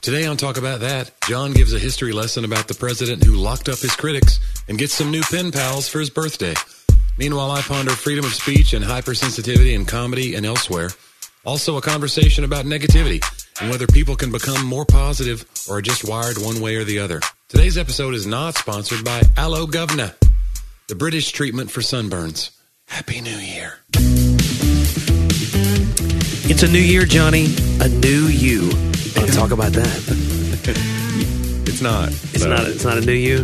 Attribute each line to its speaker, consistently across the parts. Speaker 1: Today on Talk About That, John gives a history lesson about the president who locked up his critics and gets some new pen pals for his birthday. Meanwhile, I ponder freedom of speech and hypersensitivity in comedy and elsewhere. Also, a conversation about negativity and whether people can become more positive or are just wired one way or the other. Today's episode is not sponsored by Aloe Govna, the British treatment for sunburns. Happy New Year.
Speaker 2: It's a new year, Johnny. A new you. Let's talk about that.
Speaker 1: It's not.
Speaker 2: It's not. It's not a new you.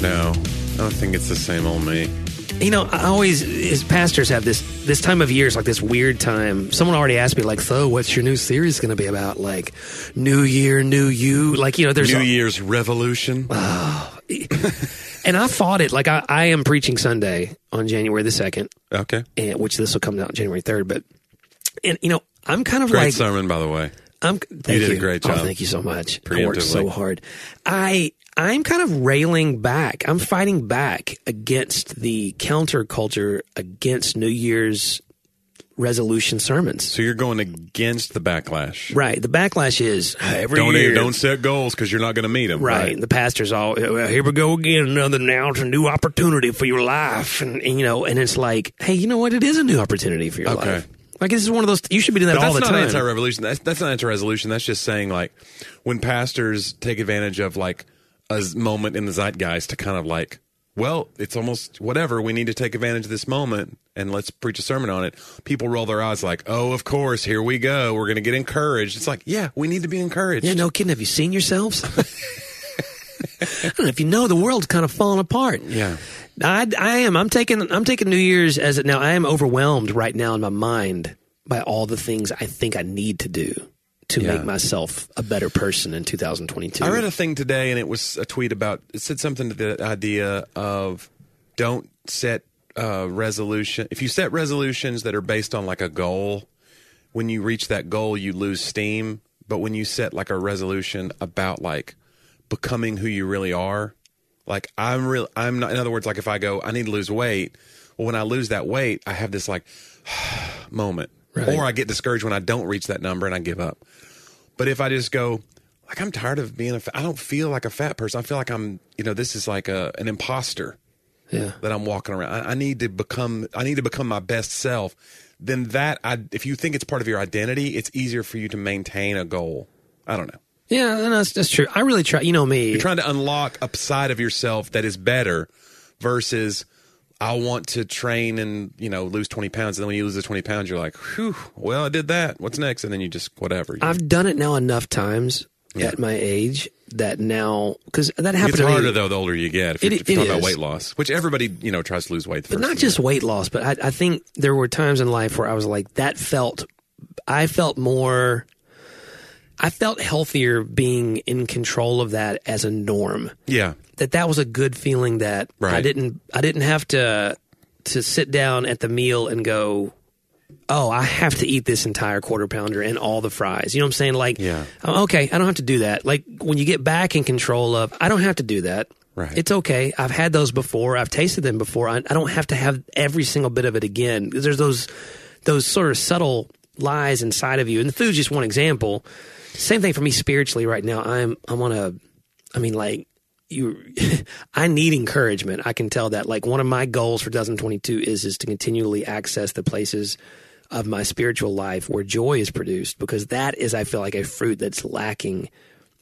Speaker 1: No, I don't think it's the same old me.
Speaker 2: You know, I always as pastors have this this time of year is like this weird time. Someone already asked me like, "So, what's your new series going to be about?" Like, New Year, New You. Like, you know, there's
Speaker 1: New
Speaker 2: a-
Speaker 1: Year's revolution.
Speaker 2: Ah. and I fought it. Like, I, I am preaching Sunday on January the second,
Speaker 1: Okay.
Speaker 2: and which this will come out January third. But and you know, I'm kind of
Speaker 1: Great
Speaker 2: like
Speaker 1: sermon, by the way.
Speaker 2: I'm. Thank
Speaker 1: did a great
Speaker 2: Oh,
Speaker 1: job.
Speaker 2: thank you so much. I worked so
Speaker 1: Preemptively.
Speaker 2: hard. I I'm kind of railing back. I'm fighting back against the counterculture against New Year's resolution sermons.
Speaker 1: So you're going against the backlash.
Speaker 2: Right. The backlash is "Ah, every
Speaker 1: Don't
Speaker 2: year.
Speaker 1: don't set goals because you're not going to meet them.
Speaker 2: Right. The pastor's all "Uh, "Well, here we go again. Another now it's a new opportunity for your life, and, and, you know, and it's like, hey, you know what? It is a new opportunity for your
Speaker 1: Okay.
Speaker 2: life. Like this is one of those. You should be doing that
Speaker 1: But
Speaker 2: all the
Speaker 1: that's not
Speaker 2: time.
Speaker 1: anti-revolution. That's that's not anti-resolution. That's just saying like when pastors take advantage of like a z- moment in the zeitgeist to kind of like, well, it's almost whatever. We need to take advantage of this moment and let's preach a sermon on it. People roll their eyes like, oh, of course, here we go. We're going to get encouraged. It's like, yeah, we need to be encouraged.
Speaker 2: Yeah, no kidding. Have you seen yourselves? I don't know if you know the world's kind of falling apart.
Speaker 1: Yeah.
Speaker 2: I, I am. I'm taking. I'm taking New Year's as now. I am overwhelmed right now in my mind by all the things I think I need to do to
Speaker 1: Yeah.
Speaker 2: make myself a better person in 2022.
Speaker 1: I read a thing today, and it was a tweet about it said something to the idea of don't set uh, resolution. If you set resolutions that are based on like a goal, when you reach that goal, you lose steam. But when you set like a resolution about like becoming who you really are, like I'm real, I'm not. In other words, like if I go, I need to lose weight. Well, when I lose that weight, I have this like moment, or I get discouraged when I don't reach that number and I give up. But if I just go, like I'm tired of being a, fa- I don't feel like a fat person. I feel like I'm, you know, this is like a an imposter
Speaker 2: yeah.
Speaker 1: that I'm walking around. I, I need to become, I need to become my best self. Then that, I, if you think it's part of your identity, it's easier for you to maintain a goal. I don't know.
Speaker 2: Yeah, no, that's that's true. I really try. You know me.
Speaker 1: You're trying to unlock a side of yourself that is better versus I want to train and, you know, lose 20 pounds. And then when you lose the 20 pounds, you're like, whew, well, I did that. What's next? And then you just, whatever. You
Speaker 2: I've done it now enough times at my age that now because that happened
Speaker 1: It's
Speaker 2: to me-
Speaker 1: harder though the older you get. If
Speaker 2: It-
Speaker 1: you're, if you're
Speaker 2: it
Speaker 1: talking about
Speaker 2: is.
Speaker 1: weight loss, which everybody you know tries to lose weight. The
Speaker 2: but
Speaker 1: first
Speaker 2: not
Speaker 1: thing.
Speaker 2: just weight loss but I, I think there were times in life where i was like that felt i felt more i felt healthier being in control of that as a norm
Speaker 1: yeah,
Speaker 2: that that was a good feeling that i
Speaker 1: Right.
Speaker 2: didn't i didn't have to to sit down at the meal and go oh i have to eat this entire quarter pounder and all the fries you know what i'm saying like
Speaker 1: Yeah.
Speaker 2: oh, okay i don't have to do that like when you get back in control of i don't have to do that
Speaker 1: Right.
Speaker 2: it's okay i've had those before i've tasted them before i, I don't have to have every single bit of it again 'Cause there's those those sort of subtle lies inside of you and the food's just one example same thing for me spiritually right now i'm i'm on a i mean like you i need encouragement i can tell that like one of my goals for 2022 is is to continually access the places of my spiritual life where joy is produced because that is i feel like a fruit that's lacking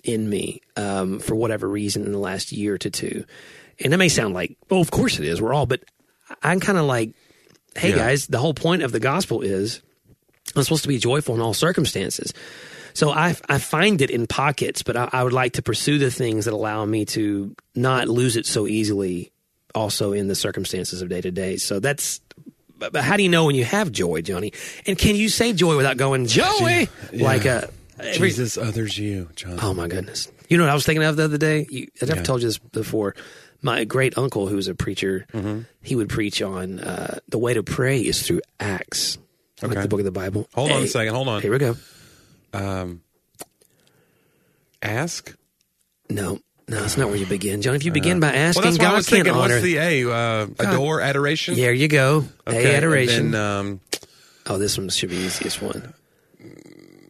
Speaker 2: in me um, for whatever reason in the last year to two and that may sound like well of course it is we're all but i'm kind of like hey guys the whole point of the gospel is i'm supposed to be joyful in all circumstances so I, I find it in pockets, but I, I would like to pursue the things that allow me to not lose it so easily, also in the circumstances of day to day. So that's. But, but how do you know when you have joy, Johnny? And can you say joy without going joy like a? Every,
Speaker 1: Jesus others you, John.
Speaker 2: oh my goodness! You know what I was thinking of the other day? You, I've told you this before. My great uncle, who was a preacher,
Speaker 1: Mm-hmm.
Speaker 2: he would preach on uh, the way to pray is through acts, like
Speaker 1: Okay.
Speaker 2: the book of the Bible.
Speaker 1: Hold on
Speaker 2: Hey,
Speaker 1: a second. Hold on.
Speaker 2: Here we go.
Speaker 1: Ask.
Speaker 2: No, no, that's not where you begin, John. If you begin by
Speaker 1: Uh, Well,
Speaker 2: asking,
Speaker 1: that's what
Speaker 2: God
Speaker 1: I was
Speaker 2: can't
Speaker 1: thinking.
Speaker 2: honor.
Speaker 1: What's the A? Uh, adore, adoration.
Speaker 2: there you go.
Speaker 1: Okay,
Speaker 2: A
Speaker 1: and
Speaker 2: adoration.
Speaker 1: then, um, Mm.
Speaker 2: oh, this one should be the easiest one.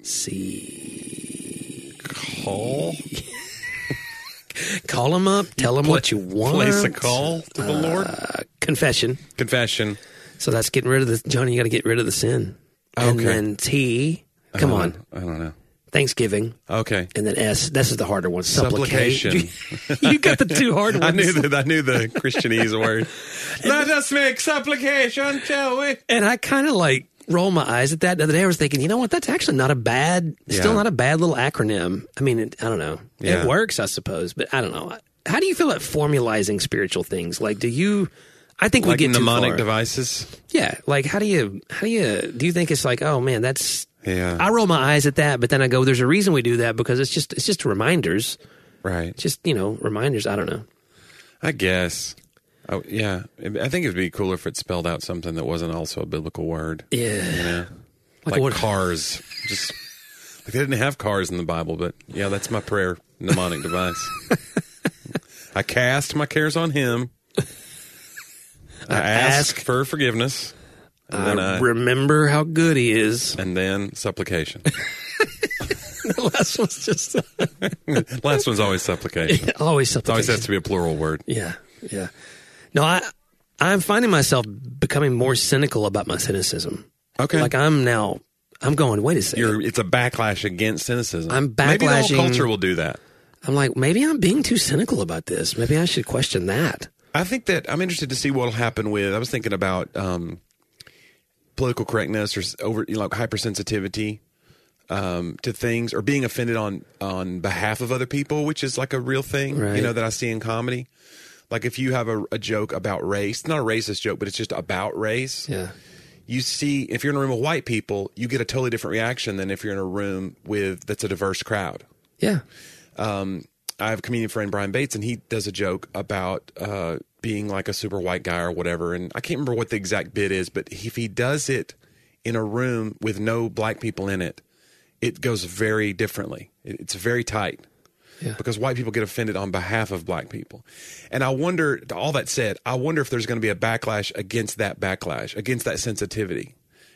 Speaker 2: C.
Speaker 1: Paul.
Speaker 2: Call him up. Tell him what you want. Uh,
Speaker 1: Place a call to the Lord.
Speaker 2: Confession.
Speaker 1: Confession.
Speaker 2: So that's getting rid of the Johnny. You got to get rid of the sin. And
Speaker 1: Okay. Uh-huh.
Speaker 2: then T. Come
Speaker 1: I
Speaker 2: on.
Speaker 1: don't- I don't know.
Speaker 2: Thanksgiving.
Speaker 1: Okay.
Speaker 2: And then S. This is the harder one.
Speaker 1: Supplication.
Speaker 2: you got the two hard ones.
Speaker 1: I knew that. I knew the Christianese word. Let us make supplication, shall we?
Speaker 2: And I kind of like roll my eyes at that. The other day I was thinking, you know what? That's actually not a bad, still
Speaker 1: Yeah.
Speaker 2: not a bad little acronym. I mean, it, I don't know.
Speaker 1: Yeah.
Speaker 2: It works, I suppose, but I don't know. How do you feel about formalizing spiritual things? Like, do you? I think
Speaker 1: Like
Speaker 2: we get too
Speaker 1: mnemonic
Speaker 2: far.
Speaker 1: devices.
Speaker 2: Yeah. Like, how do you? How do you? Do you think it's like, oh man, that's.
Speaker 1: Yeah.
Speaker 2: I roll my eyes at that, but then I go, "There's a reason we do that because it's just it's just reminders,
Speaker 1: Right.
Speaker 2: just you know, reminders." I don't know.
Speaker 1: I guess. Oh, yeah. I think it'd be cooler if it spelled out something that wasn't also a biblical word.
Speaker 2: Yeah.
Speaker 1: You know?
Speaker 2: Like
Speaker 1: Like,
Speaker 2: what-
Speaker 1: cars. Just like they didn't have cars in the Bible, but yeah, that's my prayer mnemonic device. I cast my cares on him. I ask,
Speaker 2: ask-
Speaker 1: for forgiveness. And then
Speaker 2: I
Speaker 1: I-
Speaker 2: remember how good he is.
Speaker 1: and then supplication.
Speaker 2: the last one's just
Speaker 1: Last one's always supplication.
Speaker 2: always
Speaker 1: It always
Speaker 2: supplication.
Speaker 1: has to be a plural word.
Speaker 2: Yeah, yeah. No, I I'm finding myself becoming more cynical about my cynicism.
Speaker 1: Okay.
Speaker 2: Like I'm now, I'm going. Wait a 2nd
Speaker 1: You're, it's a backlash against cynicism.
Speaker 2: I'm
Speaker 1: Maybe the
Speaker 2: backlashing-
Speaker 1: whole culture will do that.
Speaker 2: I'm like, maybe I'm being too cynical about this. Maybe I should question that.
Speaker 1: I think that I'm interested to see what'll happen with. I was thinking about um, political correctness or s- over, you know, like hypersensitivity um, to things, or being offended on on behalf of other people, which is like a real thing,
Speaker 2: Right.
Speaker 1: you know, that I see in comedy. Like if you have a, a joke about race, not a racist joke, but it's just about race.
Speaker 2: Yeah.
Speaker 1: You see, if you're in a room of white people, you get a totally different reaction than if you're in a room with that's a diverse crowd.
Speaker 2: Yeah.
Speaker 1: I have a comedian friend Brian Bates, and he does a joke about uh, being like a super white guy or whatever. And I can't remember what the exact bit is, but if he does it in a room with no black people in it, it goes very differently. It- It's very tight
Speaker 2: Yeah.
Speaker 1: because white people get offended on behalf of black people. And I wonder, all that said, I wonder if there's going to be a backlash against that backlash, against that sensitivity.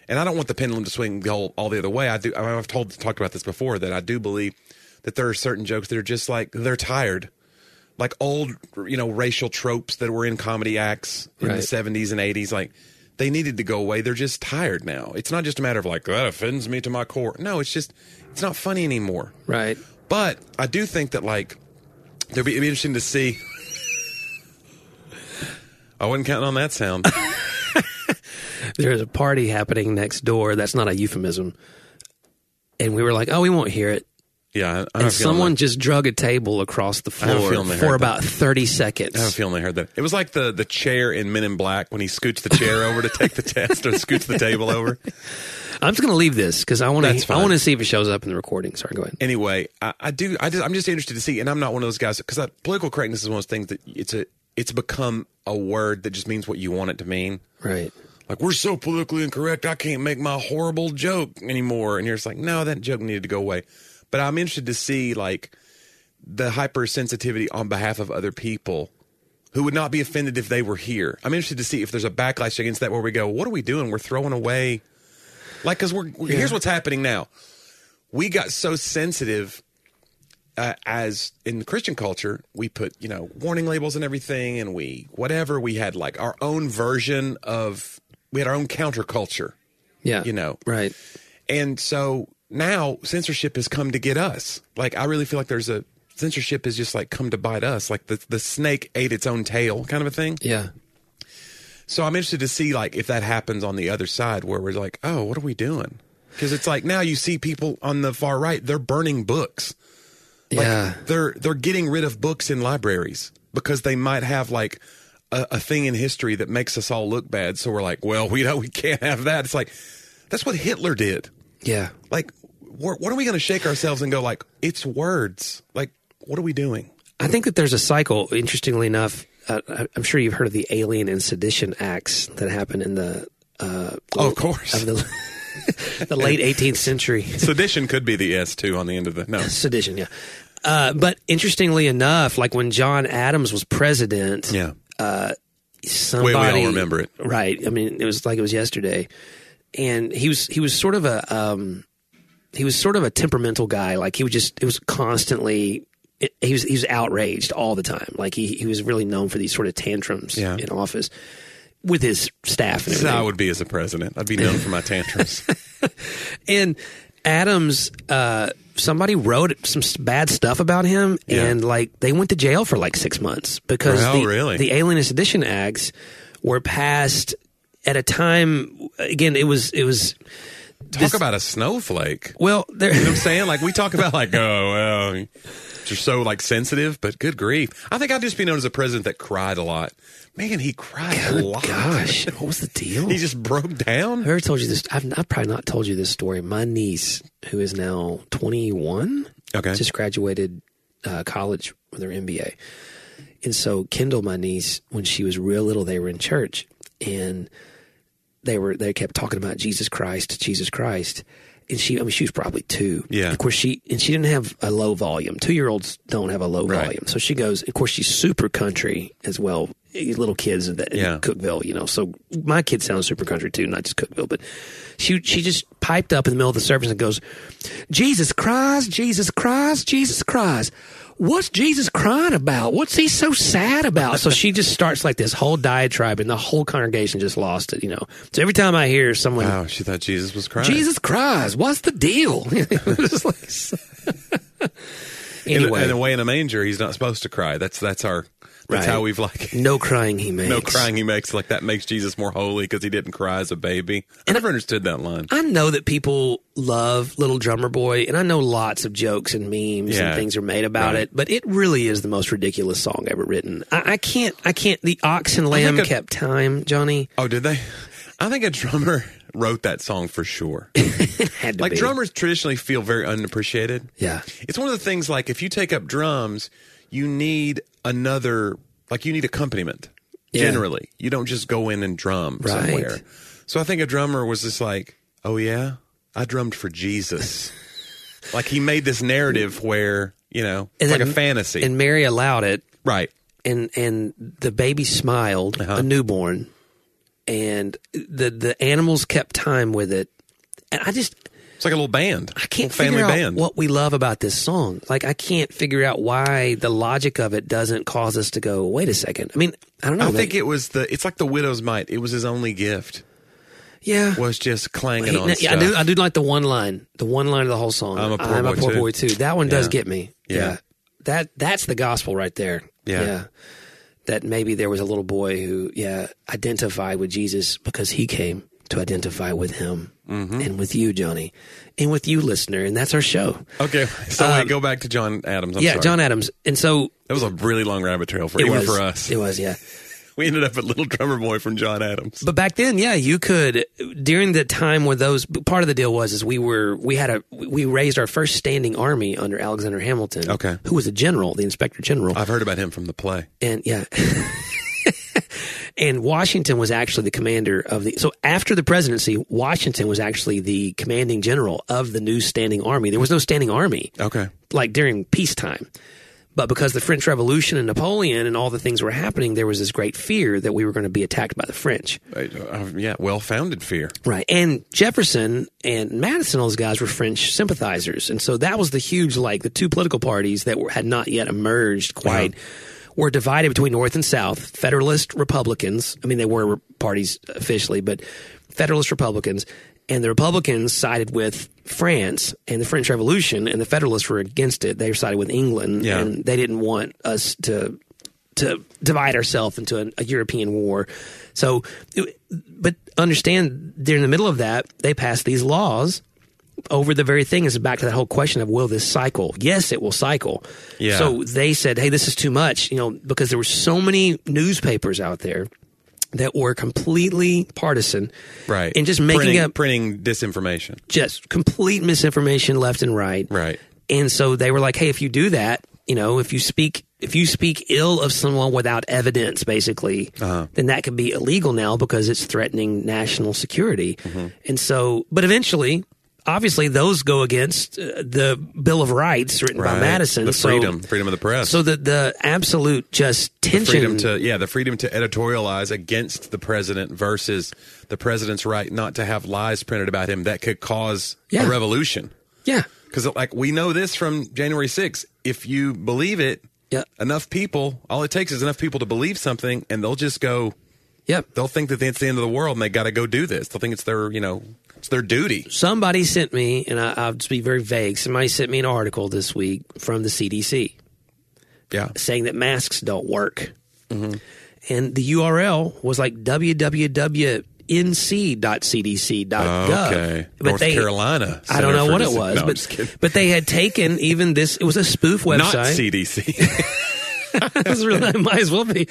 Speaker 1: And I don't want the pendulum to swing the whole, all the other way. I do. I mean, I've told talked about this before that I do believe that there are certain jokes that are just like they're tired, like old you know racial tropes that were in comedy acts in the
Speaker 2: Right.
Speaker 1: seventies and eighties. Like they needed to go away. They're just tired now. It's not just a matter of like that offends me to my core. No, it's just it's not funny anymore.
Speaker 2: Right.
Speaker 1: But I do think that like there'd be, it'd be interesting to see. I wasn't counting on that sound.
Speaker 2: There is a party happening next door. That's not a euphemism. And we were like, oh, we won't hear it.
Speaker 1: Yeah, I, I
Speaker 2: And someone just drug a table across the
Speaker 1: have a
Speaker 2: floor
Speaker 1: feeling they
Speaker 2: for
Speaker 1: heard
Speaker 2: about 30
Speaker 1: I have a
Speaker 2: seconds.
Speaker 1: feeling they heard that. It was like the the chair in Men in Black when he scoots the chair over to take the test or scoots the table over.
Speaker 2: I'm just going to leave this because I want
Speaker 1: That's
Speaker 2: to. I
Speaker 1: fine.
Speaker 2: want to see if it shows up in the recording. Sorry, go ahead.
Speaker 1: Anyway, I, I do. I just, I'm just interested to see, and I'm not one of those guys because political correctness is one of those things that it's a it's become a word that just means what you want it to mean.
Speaker 2: Right.
Speaker 1: like we're so politically incorrect i can't make my horrible joke anymore and you're just like no that joke needed to go away but i'm interested to see like the hypersensitivity on behalf of other people who would not be offended if they were here i'm interested to see if there's a backlash against that where we go what are we doing we're throwing away like because we're we're- here's what's happening now we got so sensitive uh, as in the Christian culture, we put you know warning labels and everything, and we whatever we had like our own version of we had our own counterculture,
Speaker 2: Yeah.
Speaker 1: You know.
Speaker 2: Right.
Speaker 1: and so now censorship has come to get us. Like I really feel like there's a censorship has just like come to bite us, like the the snake ate its own tail kind of a thing.
Speaker 2: Yeah.
Speaker 1: So I'm interested to see like if that happens on the other side where we're like, oh, what are we doing? Because it's like now you see people on the far right, they're burning books. Like,
Speaker 2: yeah.
Speaker 1: They're they're getting rid of books in libraries because they might have like a, a thing in history that makes us all look bad. So we're like, well, we know we can't have that. It's like that's what Hitler did.
Speaker 2: Yeah.
Speaker 1: Like, wh- what are we going to shake ourselves and go like, it's words. Like, what are we doing?
Speaker 2: I think that there's a cycle. Interestingly enough, uh, I- I'm sure you've heard of the Alien and Sedition Acts that happened in the uh,
Speaker 1: Oh, of course.
Speaker 2: of the, the late 18th century.
Speaker 1: Sedition could be the S two on the end of the no.
Speaker 2: Sedition, yeah. Uh, but interestingly enough, like when John Adams was president,
Speaker 1: Yeah.
Speaker 2: somebody
Speaker 1: all remember it.
Speaker 2: right i mean it was like it was yesterday and he was he was sort of a um he was sort of a temperamental guy. Like he was just it was constantly it, he was he was outraged all the time. Like he he was really known for these sort of tantrums
Speaker 1: Yeah.
Speaker 2: in office with his staff and
Speaker 1: That's
Speaker 2: everything.
Speaker 1: how I would be as a president. I'd be known for my tantrums.
Speaker 2: and Adams, uh, somebody wrote some s- bad stuff about him,
Speaker 1: Yeah.
Speaker 2: and like they went to jail for like six months because
Speaker 1: Oh,
Speaker 2: the,
Speaker 1: really?
Speaker 2: the Alien Sedition Acts were passed at a time. Again, it was it was
Speaker 1: Talk
Speaker 2: This-
Speaker 1: about a snowflake.
Speaker 2: well there.
Speaker 1: You know what I'm saying? Like we talk about like, oh well you're so like sensitive, but good grief. I think I'd just be known as a president that cried a lot. Man, he cried a lot.
Speaker 2: Gosh, what was the deal?
Speaker 1: He just broke down.
Speaker 2: I ever told you this? I've, I've probably not told you this story. My niece, who is now 21,
Speaker 1: Okay.
Speaker 2: just graduated uh, college with her MBA. And so Kendall, my niece, when she was real little, they were in church and they were they kept talking about Jesus Christ, Jesus Christ. And she, I mean, she was probably two.
Speaker 1: Yeah.
Speaker 2: Of course, she and she didn't have a low volume. Two year olds don't have a low
Speaker 1: Right.
Speaker 2: volume, so she goes. Of course, she's super country as well. eh, Little kids in, the, in
Speaker 1: Yeah.
Speaker 2: Cookville, you know. So my kids sound super country too, not just Cookville. But she she just piped up in the middle of the service and goes, Jesus Christ, Jesus Christ, Jesus Christ. What's Jesus crying about? What's he so sad about? So she just starts like this whole diatribe, and the whole congregation just lost it, you know. So every time I hear someone,
Speaker 1: Oh, she thought Jesus was crying.
Speaker 2: Jesus Christ, what's the deal? It was like so-
Speaker 1: In,
Speaker 2: anyway,
Speaker 1: and away in a manger, he's not supposed to cry. That's that's our that's
Speaker 2: Right.
Speaker 1: how we've like
Speaker 2: no crying he makes.
Speaker 1: no crying he makes like that makes Jesus more holy because he didn't cry as a baby. I never understood that line.
Speaker 2: I know that people love Little Drummer Boy, and I know lots of jokes and memes
Speaker 1: Yeah.
Speaker 2: and things are made about
Speaker 1: Right.
Speaker 2: it. But it really is the most ridiculous song ever written. I, I can't. I can't. The ox and lamb
Speaker 1: a-
Speaker 2: kept time, Johnny.
Speaker 1: Oh, did they? I think a drummer wrote that song for sure.
Speaker 2: Had to
Speaker 1: Like
Speaker 2: be.
Speaker 1: drummers traditionally feel very unappreciated.
Speaker 2: Yeah.
Speaker 1: It's one of the things like if you take up drums, you need another like you need accompaniment.
Speaker 2: Yeah.
Speaker 1: Generally, you don't just go in and drum
Speaker 2: Right.
Speaker 1: somewhere. So I think a drummer was just like, "Oh yeah, I drummed for Jesus." like he made this narrative where you know it's
Speaker 2: And
Speaker 1: like a
Speaker 2: then-
Speaker 1: fantasy,
Speaker 2: And Mary allowed it,
Speaker 1: right?
Speaker 2: and and the baby smiled,
Speaker 1: Uh-huh.
Speaker 2: a newborn, and the the animals kept time with it. And I just
Speaker 1: It's like a little band.
Speaker 2: I can't
Speaker 1: family
Speaker 2: figure out
Speaker 1: band.
Speaker 2: what we love about this song. Like I can't figure out why the logic of it doesn't cause us to go, wait a second. I mean, I don't know.
Speaker 1: I think it was the. It's like the widow's mite. It was his only gift.
Speaker 2: yeah.
Speaker 1: Was just clanging
Speaker 2: He-
Speaker 1: on.
Speaker 2: yeah, I
Speaker 1: stuff.
Speaker 2: do. I do like the one line, the one line of the whole song.
Speaker 1: I'm a poor boy too.
Speaker 2: boy too. That one does
Speaker 1: Yeah.
Speaker 2: get me.
Speaker 1: Yeah.
Speaker 2: Yeah. that that's the gospel right there.
Speaker 1: Yeah.
Speaker 2: that maybe there was a little boy who yeah identified with Jesus because he came to identify with him
Speaker 1: Mm-hmm.
Speaker 2: and with you, Johnny, and with you, listener, and that's our show.
Speaker 1: Okay, so wait, go back to John Adams. I'm
Speaker 2: um, yeah,
Speaker 1: sorry.
Speaker 2: John Adams, and so
Speaker 1: That was a really long rabbit trail for
Speaker 2: it
Speaker 1: even
Speaker 2: was
Speaker 1: for us.
Speaker 2: It was yeah.
Speaker 1: We ended up at Little Drummer Boy from John Adams.
Speaker 2: But back then, yeah, you could during the time where those part of the deal was is we were we had a we raised our first standing army under Alexander Hamilton,
Speaker 1: Okay. Uh.
Speaker 2: who was a general, the inspector general,
Speaker 1: I've heard about him from the play.
Speaker 2: and yeah. And Washington was actually the commander of the. So after the presidency, Washington was actually the commanding general of the new standing army. There was no standing army
Speaker 1: Okay.
Speaker 2: like during peacetime. But because the French Revolution and Napoleon and all the things were happening, there was this great fear that we were going to be attacked by the French.
Speaker 1: Uh, uh, yeah, well founded fear.
Speaker 2: Right. And Jefferson and Madison, all those guys were French sympathizers. And so that was the huge, like, the two political parties that were, had not yet emerged quite were divided between North and South, Federalist Republicans. I mean, they were parties officially, but Federalist Republicans. And the Republicans sided with France and the French Revolution, and the Federalists were against it. They sided with England,
Speaker 1: Yeah.
Speaker 2: and they didn't want us to to divide ourselves into an, a European war. So, it- but understand, they're in the middle of that. They passed these laws over the very thing. Is back to that whole question of will this cycle? Yes, it will cycle.
Speaker 1: Yeah.
Speaker 2: So they said, hey, this is too much, you know, because there were so many newspapers out there that were completely partisan,
Speaker 1: Right.
Speaker 2: And just making
Speaker 1: printing,
Speaker 2: up
Speaker 1: printing disinformation.
Speaker 2: just complete misinformation left and right,
Speaker 1: Right.
Speaker 2: and so they were like, "Hey, if you do that, you know, if you speak if you speak ill of someone without evidence, basically,
Speaker 1: Uh-huh.
Speaker 2: then that could be illegal now because it's threatening national security."
Speaker 1: Mm-hmm.
Speaker 2: And so, but eventually, obviously, those go against uh, the Bill of Rights written
Speaker 1: Right.
Speaker 2: by Madison.
Speaker 1: The
Speaker 2: So-
Speaker 1: freedom, freedom of the press.
Speaker 2: So the the absolute just tension.
Speaker 1: freedom to yeah, the freedom to editorialize against the president versus the president's right not to have lies printed about him that could cause
Speaker 2: Yeah.
Speaker 1: a revolution.
Speaker 2: Yeah.
Speaker 1: Because like we know this from January 6th. If you believe it,
Speaker 2: Yeah.
Speaker 1: enough people, all it takes is enough people to believe something, and they'll just go.
Speaker 2: Yep.
Speaker 1: They'll think that it's the end of the world, and they got to go do this. They'll think it's their, you know, it's their duty.
Speaker 2: Somebody sent me, and I, I'll just be very vague. Somebody sent me an article this week from the CDC
Speaker 1: Yeah.
Speaker 2: saying that masks don't work. And the URL was like www.nc.cdc.gov.
Speaker 1: Oh, Okay.
Speaker 2: But
Speaker 1: North
Speaker 2: they-
Speaker 1: Carolina.
Speaker 2: I don't
Speaker 1: Center
Speaker 2: know
Speaker 1: for
Speaker 2: what it
Speaker 1: Dis-
Speaker 2: was,
Speaker 1: No, I'm just kidding.
Speaker 2: but but they had taken even this. It was a spoof
Speaker 1: not
Speaker 2: website.
Speaker 1: CDC.
Speaker 2: It was really, it might as well be.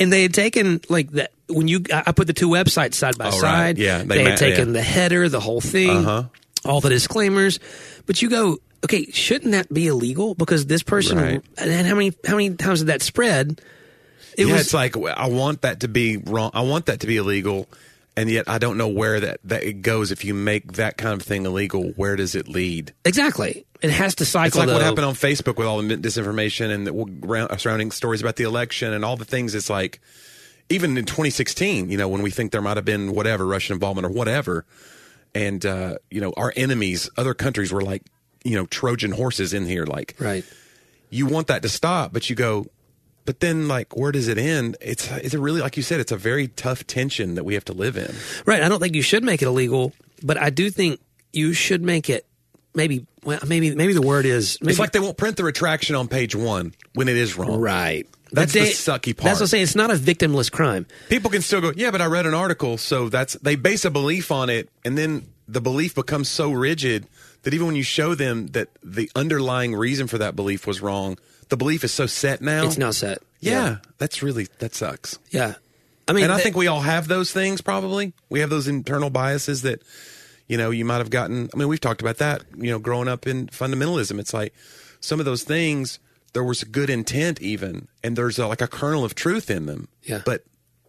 Speaker 2: And they had taken like that when you I I put the two websites side by
Speaker 1: Oh, right.
Speaker 2: side.
Speaker 1: Yeah, Uh-huh.
Speaker 2: they,
Speaker 1: they
Speaker 2: had
Speaker 1: ma-
Speaker 2: taken
Speaker 1: yeah.
Speaker 2: the header, the whole thing, all the disclaimers. But you go, okay, shouldn't that be illegal? Because this person
Speaker 1: Right.
Speaker 2: and how many how many times did that spread? It
Speaker 1: yeah,
Speaker 2: was
Speaker 1: it's like I want that to be wrong. I want that to be illegal, and yet I don't know where that that it goes. If you make that kind of thing illegal, where does it lead?
Speaker 2: exactly. It has to cycle.
Speaker 1: It's like what
Speaker 2: though.
Speaker 1: happened on Facebook with all the disinformation and the uh, surrounding stories about the election and all the things. It's like even in 2016, you know, when we think there might have been whatever Russian involvement or whatever, and uh, you know, our enemies, other countries were like, you know, Trojan horses in here. Like,
Speaker 2: Right.
Speaker 1: you want that to stop, but you go, but then like, where does it end? It's it's a really like you said, it's a very tough tension that we have to live in.
Speaker 2: Right. I don't think you should make it illegal, but I do think you should make it maybe well maybe maybe the word is maybe
Speaker 1: It's like they won't print the retraction on page one when it is wrong.
Speaker 2: Right.
Speaker 1: That's the
Speaker 2: da-
Speaker 1: sucky part.
Speaker 2: That's what I'm saying. It's not a victimless crime.
Speaker 1: People can still go, yeah, but I read an article, so that's they base a belief on it, and then the belief becomes so rigid that even when you show them that the underlying reason for that belief was wrong, the belief is so set now.
Speaker 2: It's not set.
Speaker 1: Yeah, that's really that sucks.
Speaker 2: Yeah. I mean,
Speaker 1: and I
Speaker 2: th-
Speaker 1: think we all have those things. Probably we have those internal biases that you know you might have gotten. I mean, we've talked about that. You know, growing up in fundamentalism, it's like some of those things there was good intent even, and there's a, like a kernel of truth in them.
Speaker 2: Yeah.
Speaker 1: But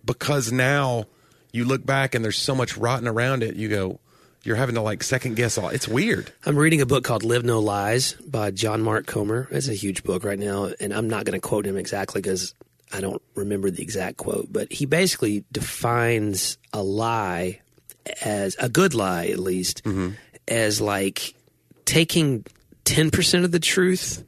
Speaker 1: because now you look back and there's so much rotten around it, you go, you're having to like second guess all. It's weird.
Speaker 2: I'm reading a book called Live No Lies by John Mark Comer. It's a huge book right now, and I'm not going to quote him exactly because I don't remember the exact quote, but he basically defines a lie as a good lie, at least,
Speaker 1: Mm-hmm.
Speaker 2: as like taking 10% of the truth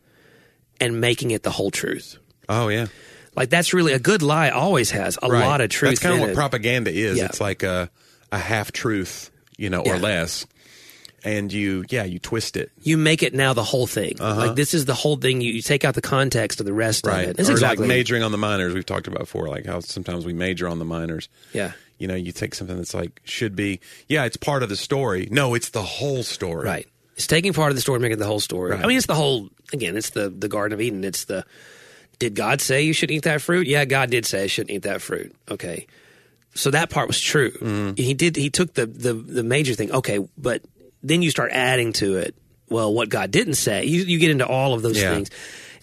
Speaker 2: and making it the whole truth.
Speaker 1: Oh yeah,
Speaker 2: Like, that's really a good lie, always has a lot of truth.
Speaker 1: That's kind
Speaker 2: in
Speaker 1: of what
Speaker 2: it.
Speaker 1: propaganda is.
Speaker 2: Yeah.
Speaker 1: It's like a a half truth, you know, or
Speaker 2: Yeah.
Speaker 1: less. And you, yeah, you twist it.
Speaker 2: you make it now the whole thing. Like this is the whole thing. You, you take out the context of the rest
Speaker 1: Uh-huh. right?
Speaker 2: of it. It's
Speaker 1: or
Speaker 2: exactly
Speaker 1: like majoring on the minors. We've talked about before, like how sometimes we major on the minors.
Speaker 2: Yeah.
Speaker 1: You know, you take something that's like should be, yeah, it's part of the story. No, it's the whole story.
Speaker 2: right. It's taking part of the story, and making it the whole story.
Speaker 1: Right.
Speaker 2: I mean, it's the whole. Again, it's the the Garden of Eden. It's the. Did God say you should eat that fruit? Yeah, God did say I shouldn't eat that fruit. Okay, so that part was true.
Speaker 1: Mm-hmm.
Speaker 2: He did. He took the the the major thing. Okay, but then you start adding to it. Well, what God didn't say. You you get into all of those
Speaker 1: Yeah.
Speaker 2: things.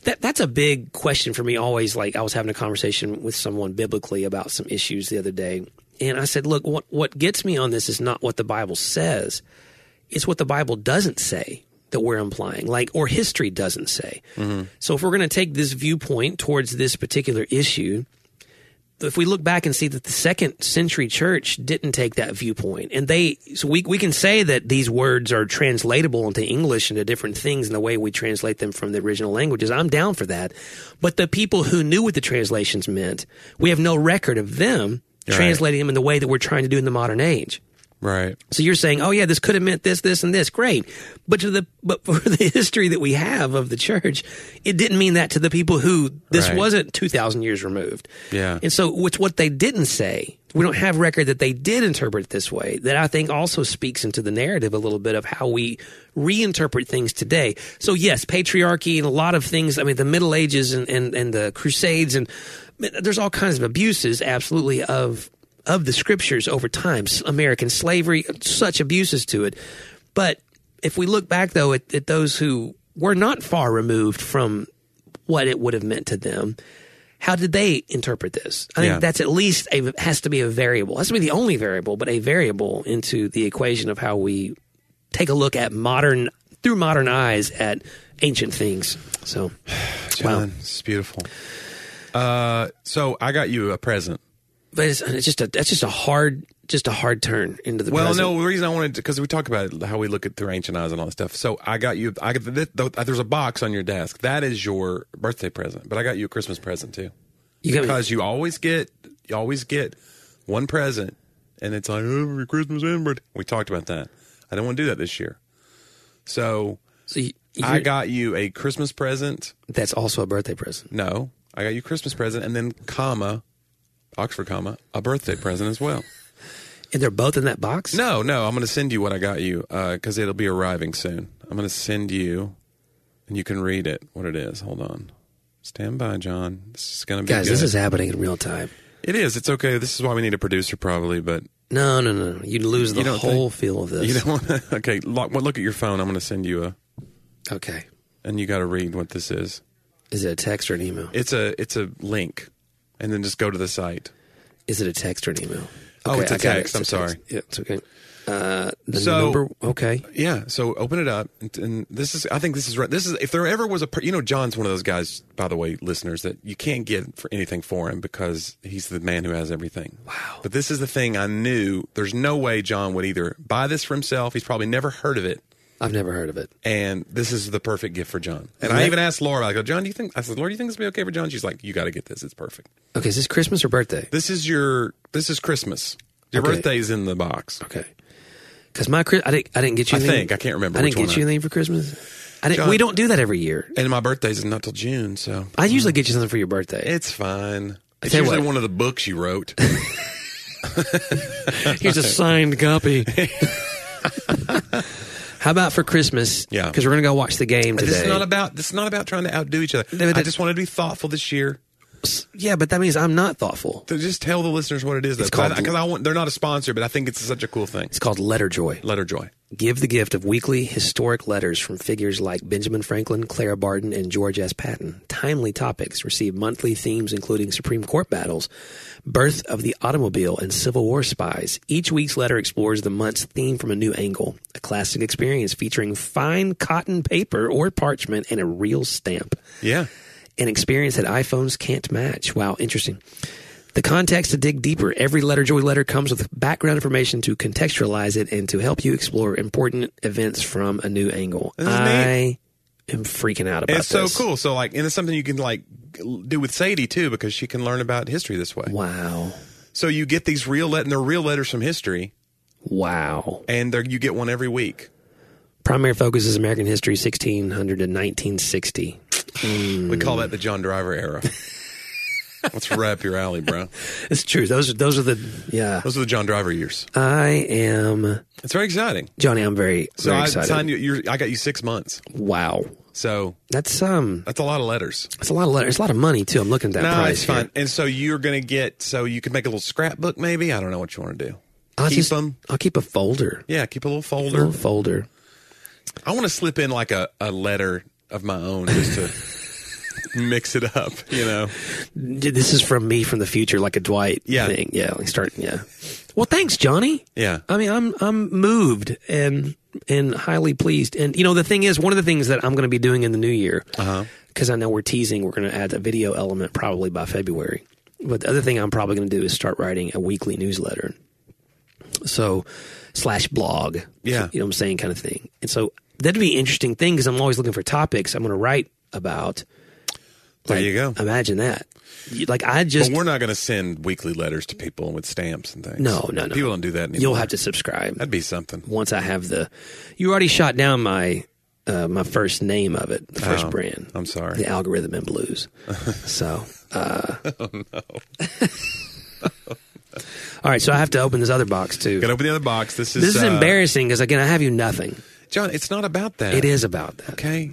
Speaker 2: That that's a big question for me. Always, like I was having a conversation with someone biblically about some issues the other day, and I said, "Look, what what gets me on this is not what the Bible says; it's what the Bible doesn't say that we're implying, like or history doesn't say." So, if we're going to take this viewpoint towards this particular issue, if we look back and see that the second century church didn't take that viewpoint and they so we, we can say that these words are translatable into english into different things in the way we translate them from the original languages i'm down for that but the people who knew what the translations meant we have no record of them
Speaker 1: Right.
Speaker 2: translating them in the way that we're trying to do in the modern age
Speaker 1: Right.
Speaker 2: so you're saying, oh yeah, this could have meant this, this, and this. Great, but to the but for the history that we have of the church, it didn't mean that to the people who this
Speaker 1: Right.
Speaker 2: wasn't two thousand years removed.
Speaker 1: Yeah.
Speaker 2: and so it's what they didn't say. We don't have record that they did interpret it this way. That I think also speaks into the narrative a little bit of how we reinterpret things today. So yes, patriarchy and a lot of things. I mean, the Middle Ages and and, and the Crusades and man, there's all kinds of abuses, absolutely of of the scriptures over time. S- American slavery, such abuses to it. But if we look back, though, at, at those who were not far removed from what it would have meant to them, how did they interpret this? I
Speaker 1: Yeah.
Speaker 2: think that's at least a, has to be a variable. Has to be the only variable, but a variable into the equation of how we take a look at modern through modern eyes at ancient things. So,
Speaker 1: John, it's beautiful. Uh, so I got you a present.
Speaker 2: but it's, it's just a that's just a hard just a hard turn into the
Speaker 1: Well,
Speaker 2: present.
Speaker 1: no, the reason I wanted because we talk about it, how we look at through ancient eyes and all that stuff. So I got you. I got th th there's a box on your desk that is your birthday present, but I got you a Christmas present too.
Speaker 2: you got me-
Speaker 1: because you always get you always get one present, and it's like oh, Merry Christmas and birthday. We talked about that. I didn't want to do that this year, so
Speaker 2: so you,
Speaker 1: I
Speaker 2: you're-
Speaker 1: got you a Christmas present.
Speaker 2: that's also a birthday present.
Speaker 1: No, I got you a Christmas present, and then comma, Oxford comma, a birthday present as well.
Speaker 2: And they're both in that box?
Speaker 1: No, no, I'm going to send you what I got you because it'll be arriving soon. I'm going to send you, and you can read it what it is. Hold on, stand by, John. This is going to be
Speaker 2: Guys, this
Speaker 1: good.
Speaker 2: is happening in real time.
Speaker 1: it is. It's okay. This is why we need a producer, probably, but
Speaker 2: No, no, no. no. You'd lose the
Speaker 1: You don't
Speaker 2: whole feel of this.
Speaker 1: You don't want to. Okay, look, well, look at your phone. I'm going to send you a,
Speaker 2: okay.
Speaker 1: and you got to read what this is.
Speaker 2: Is it a text or an email?
Speaker 1: It's a it's a link, and then just go to the site.
Speaker 2: Is it a text or an email?
Speaker 1: Oh, it's a
Speaker 2: I got
Speaker 1: text. I'm
Speaker 2: It's a
Speaker 1: sorry.
Speaker 2: text. Yeah, it's okay. Uh, the
Speaker 1: So-
Speaker 2: number. Okay.
Speaker 1: Yeah, so open it up, and, and this is. I think this is right. This is if there ever was a. per- You know, John's one of those guys, by the way, listeners, that you can't get for anything for him because he's the man who has everything.
Speaker 2: Wow.
Speaker 1: But this is the thing I knew. There's no way John would either buy this for himself. He's probably never heard of it.
Speaker 2: I've never heard of it.
Speaker 1: and this is the perfect gift for John. And
Speaker 2: Right.
Speaker 1: I even asked Laura, I go, John, do you think? I said, Laura, do you think this will be okay for John? She's like, you got to get this. It's perfect.
Speaker 2: Okay, is this Christmas or birthday?
Speaker 1: This is your. This is Christmas. Your
Speaker 2: Okay.
Speaker 1: birthday's in the box.
Speaker 2: Okay. Because my Chris, I didn't, I didn't get you.
Speaker 1: I
Speaker 2: anything.
Speaker 1: think. I can't remember
Speaker 2: I
Speaker 1: which
Speaker 2: didn't get
Speaker 1: one
Speaker 2: you
Speaker 1: I-
Speaker 2: anything for Christmas. I didn't.
Speaker 1: John-
Speaker 2: we don't do that every year.
Speaker 1: And my birthday's not till June, so
Speaker 2: I usually get you something for your birthday.
Speaker 1: it's fine. It's
Speaker 2: tell you
Speaker 1: usually
Speaker 2: what.
Speaker 1: one of the books you wrote.
Speaker 2: Here's a signed copy. How about for Christmas?
Speaker 1: Yeah.
Speaker 2: Because we're gonna go watch the game today.
Speaker 1: this is not about. This is not about trying to outdo each other.
Speaker 2: No, but
Speaker 1: I
Speaker 2: that-
Speaker 1: just wanted to be thoughtful this year.
Speaker 2: yeah, but that means I'm not thoughtful.
Speaker 1: So just tell the listeners what it is. It's
Speaker 2: called-
Speaker 1: because I want. They're not a sponsor, but I think it's such a cool thing.
Speaker 2: It's called letter joy.
Speaker 1: Letter joy.
Speaker 2: Give the gift of weekly historic letters from figures like Benjamin Franklin, Clara Barton, and George S. Patton. Timely topics receive monthly themes including Supreme Court battles, birth of the automobile, and Civil War spies. Each week's letter explores the month's theme from a new angle, a classic experience featuring fine cotton paper or parchment and a real stamp
Speaker 1: Yeah.
Speaker 2: an experience that iPhones can't match. Wow, interesting. The context to dig deeper. Every letter joy letter comes with background information to contextualize it and to help you explore important events from a new angle.
Speaker 1: is
Speaker 2: I am freaking out about
Speaker 1: It's so
Speaker 2: this.
Speaker 1: cool. So like, and it's something you can like do with Sadie too, because she can learn about history this way.
Speaker 2: Wow.
Speaker 1: So you get these real let and they're real letters from history,
Speaker 2: Wow.
Speaker 1: and they're, you get one every week,
Speaker 2: Primary focus is American history 1600 to 1960.
Speaker 1: We call that the John Driver era. Let's right up your alley, bro.
Speaker 2: It's true. Those are those are the yeah.
Speaker 1: Those are the John Driver years.
Speaker 2: I am
Speaker 1: It's very exciting.
Speaker 2: Johnny, I'm very
Speaker 1: So
Speaker 2: very
Speaker 1: I
Speaker 2: excited.
Speaker 1: signed you. You're, I got you six months.
Speaker 2: wow.
Speaker 1: So
Speaker 2: That's um
Speaker 1: that's a lot of letters.
Speaker 2: that's a lot of letters. It's a lot of money too. I'm looking at that
Speaker 1: No,
Speaker 2: price.
Speaker 1: it's
Speaker 2: here.
Speaker 1: fine. And so you're gonna get. So you can make a little scrapbook, maybe. I don't know what you want to do.
Speaker 2: I'll
Speaker 1: keep
Speaker 2: just-
Speaker 1: them.
Speaker 2: I'll keep a folder.
Speaker 1: Yeah, keep a little
Speaker 2: A
Speaker 1: folder.
Speaker 2: little folder.
Speaker 1: I want to slip in like a, a letter of my own just to mix it up, you know.
Speaker 2: D- This is from me from the future, like a Dwight
Speaker 1: Yeah.
Speaker 2: thing. Yeah, like start. Yeah. Well, thanks, Johnny.
Speaker 1: Yeah.
Speaker 2: I mean, I'm I'm moved and and highly pleased. And you know, the thing is, one of the things that I'm going to be doing in the new year,
Speaker 1: Uh-huh.
Speaker 2: because I know we're teasing, we're going to add a video element probably by February. But the other thing I'm probably going to do is start writing a weekly newsletter. So slash blog.
Speaker 1: Yeah.
Speaker 2: You know what I'm saying? Kind of thing. And so that'd be an interesting thing because I'm always looking for topics I'm going to write about.
Speaker 1: There you go.
Speaker 2: Imagine that. You- Like I
Speaker 1: But
Speaker 2: just
Speaker 1: we're not going to send weekly letters to people with stamps and things.
Speaker 2: No, no, no.
Speaker 1: People don't do that anymore.
Speaker 2: you'll have to subscribe
Speaker 1: That'd be something.
Speaker 2: once I have the. You already shot down my uh, my first name of it, the first
Speaker 1: Oh,
Speaker 2: brand.
Speaker 1: I'm sorry.
Speaker 2: the algorithm and blues. so. Uh,
Speaker 1: Oh,
Speaker 2: all right, so I have to open this other box too.
Speaker 1: Got to open the other box. This is
Speaker 2: This is
Speaker 1: uh,
Speaker 2: embarrassing because again, I have you nothing.
Speaker 1: John, it's not about that.
Speaker 2: It is about that.
Speaker 1: Okay.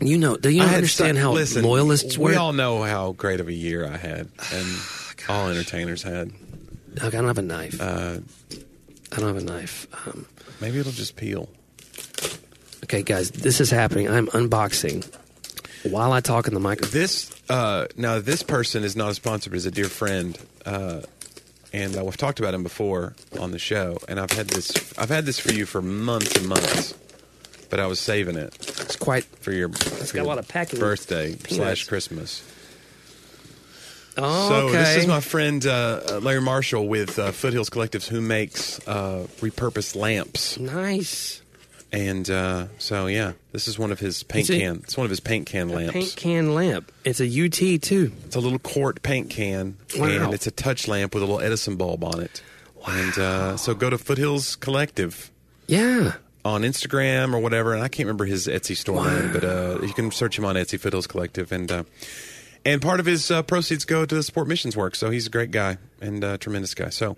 Speaker 2: You know, do you
Speaker 1: I
Speaker 2: not
Speaker 1: had
Speaker 2: understand
Speaker 1: some-
Speaker 2: how
Speaker 1: listen,
Speaker 2: loyalists were?
Speaker 1: We all know how great of a year I had and all entertainers had.
Speaker 2: Look, I don't have a knife.
Speaker 1: Uh,
Speaker 2: I don't have a knife. Um,
Speaker 1: Maybe it'll just peel.
Speaker 2: okay, guys, this is happening. I'm unboxing while I talk in the microphone.
Speaker 1: This uh, now this person is not a sponsor, but is a dear friend, uh, and uh, we've talked about him before on the show. And I've had this I've had this for you for months and months, but I was saving it
Speaker 2: It's quite
Speaker 1: for your. It's
Speaker 2: got a lot of packing
Speaker 1: Birthday
Speaker 2: peanuts.
Speaker 1: slash Christmas.
Speaker 2: Oh,
Speaker 1: So this
Speaker 2: okay.
Speaker 1: is my friend uh, Larry Marshall with uh, Foothills Collectives, who makes uh, repurposed lamps,
Speaker 2: nice.
Speaker 1: and uh, so yeah, this is one of his paint
Speaker 2: It's a-
Speaker 1: can. It's one of his paint can lamps.
Speaker 2: Paint can lamp. It's a UT too.
Speaker 1: It's a little quart paint can,
Speaker 2: Wow.
Speaker 1: and it's a touch lamp with a little Edison bulb on it. And uh, so go to Foothills Collective
Speaker 2: Yeah.
Speaker 1: on Instagram or whatever, and I can't remember his Etsy store name, but uh, you can search him on Etsy Foothills Collective, and uh, and part of his uh, proceeds go to support missions work. So he's a great guy and a tremendous guy. So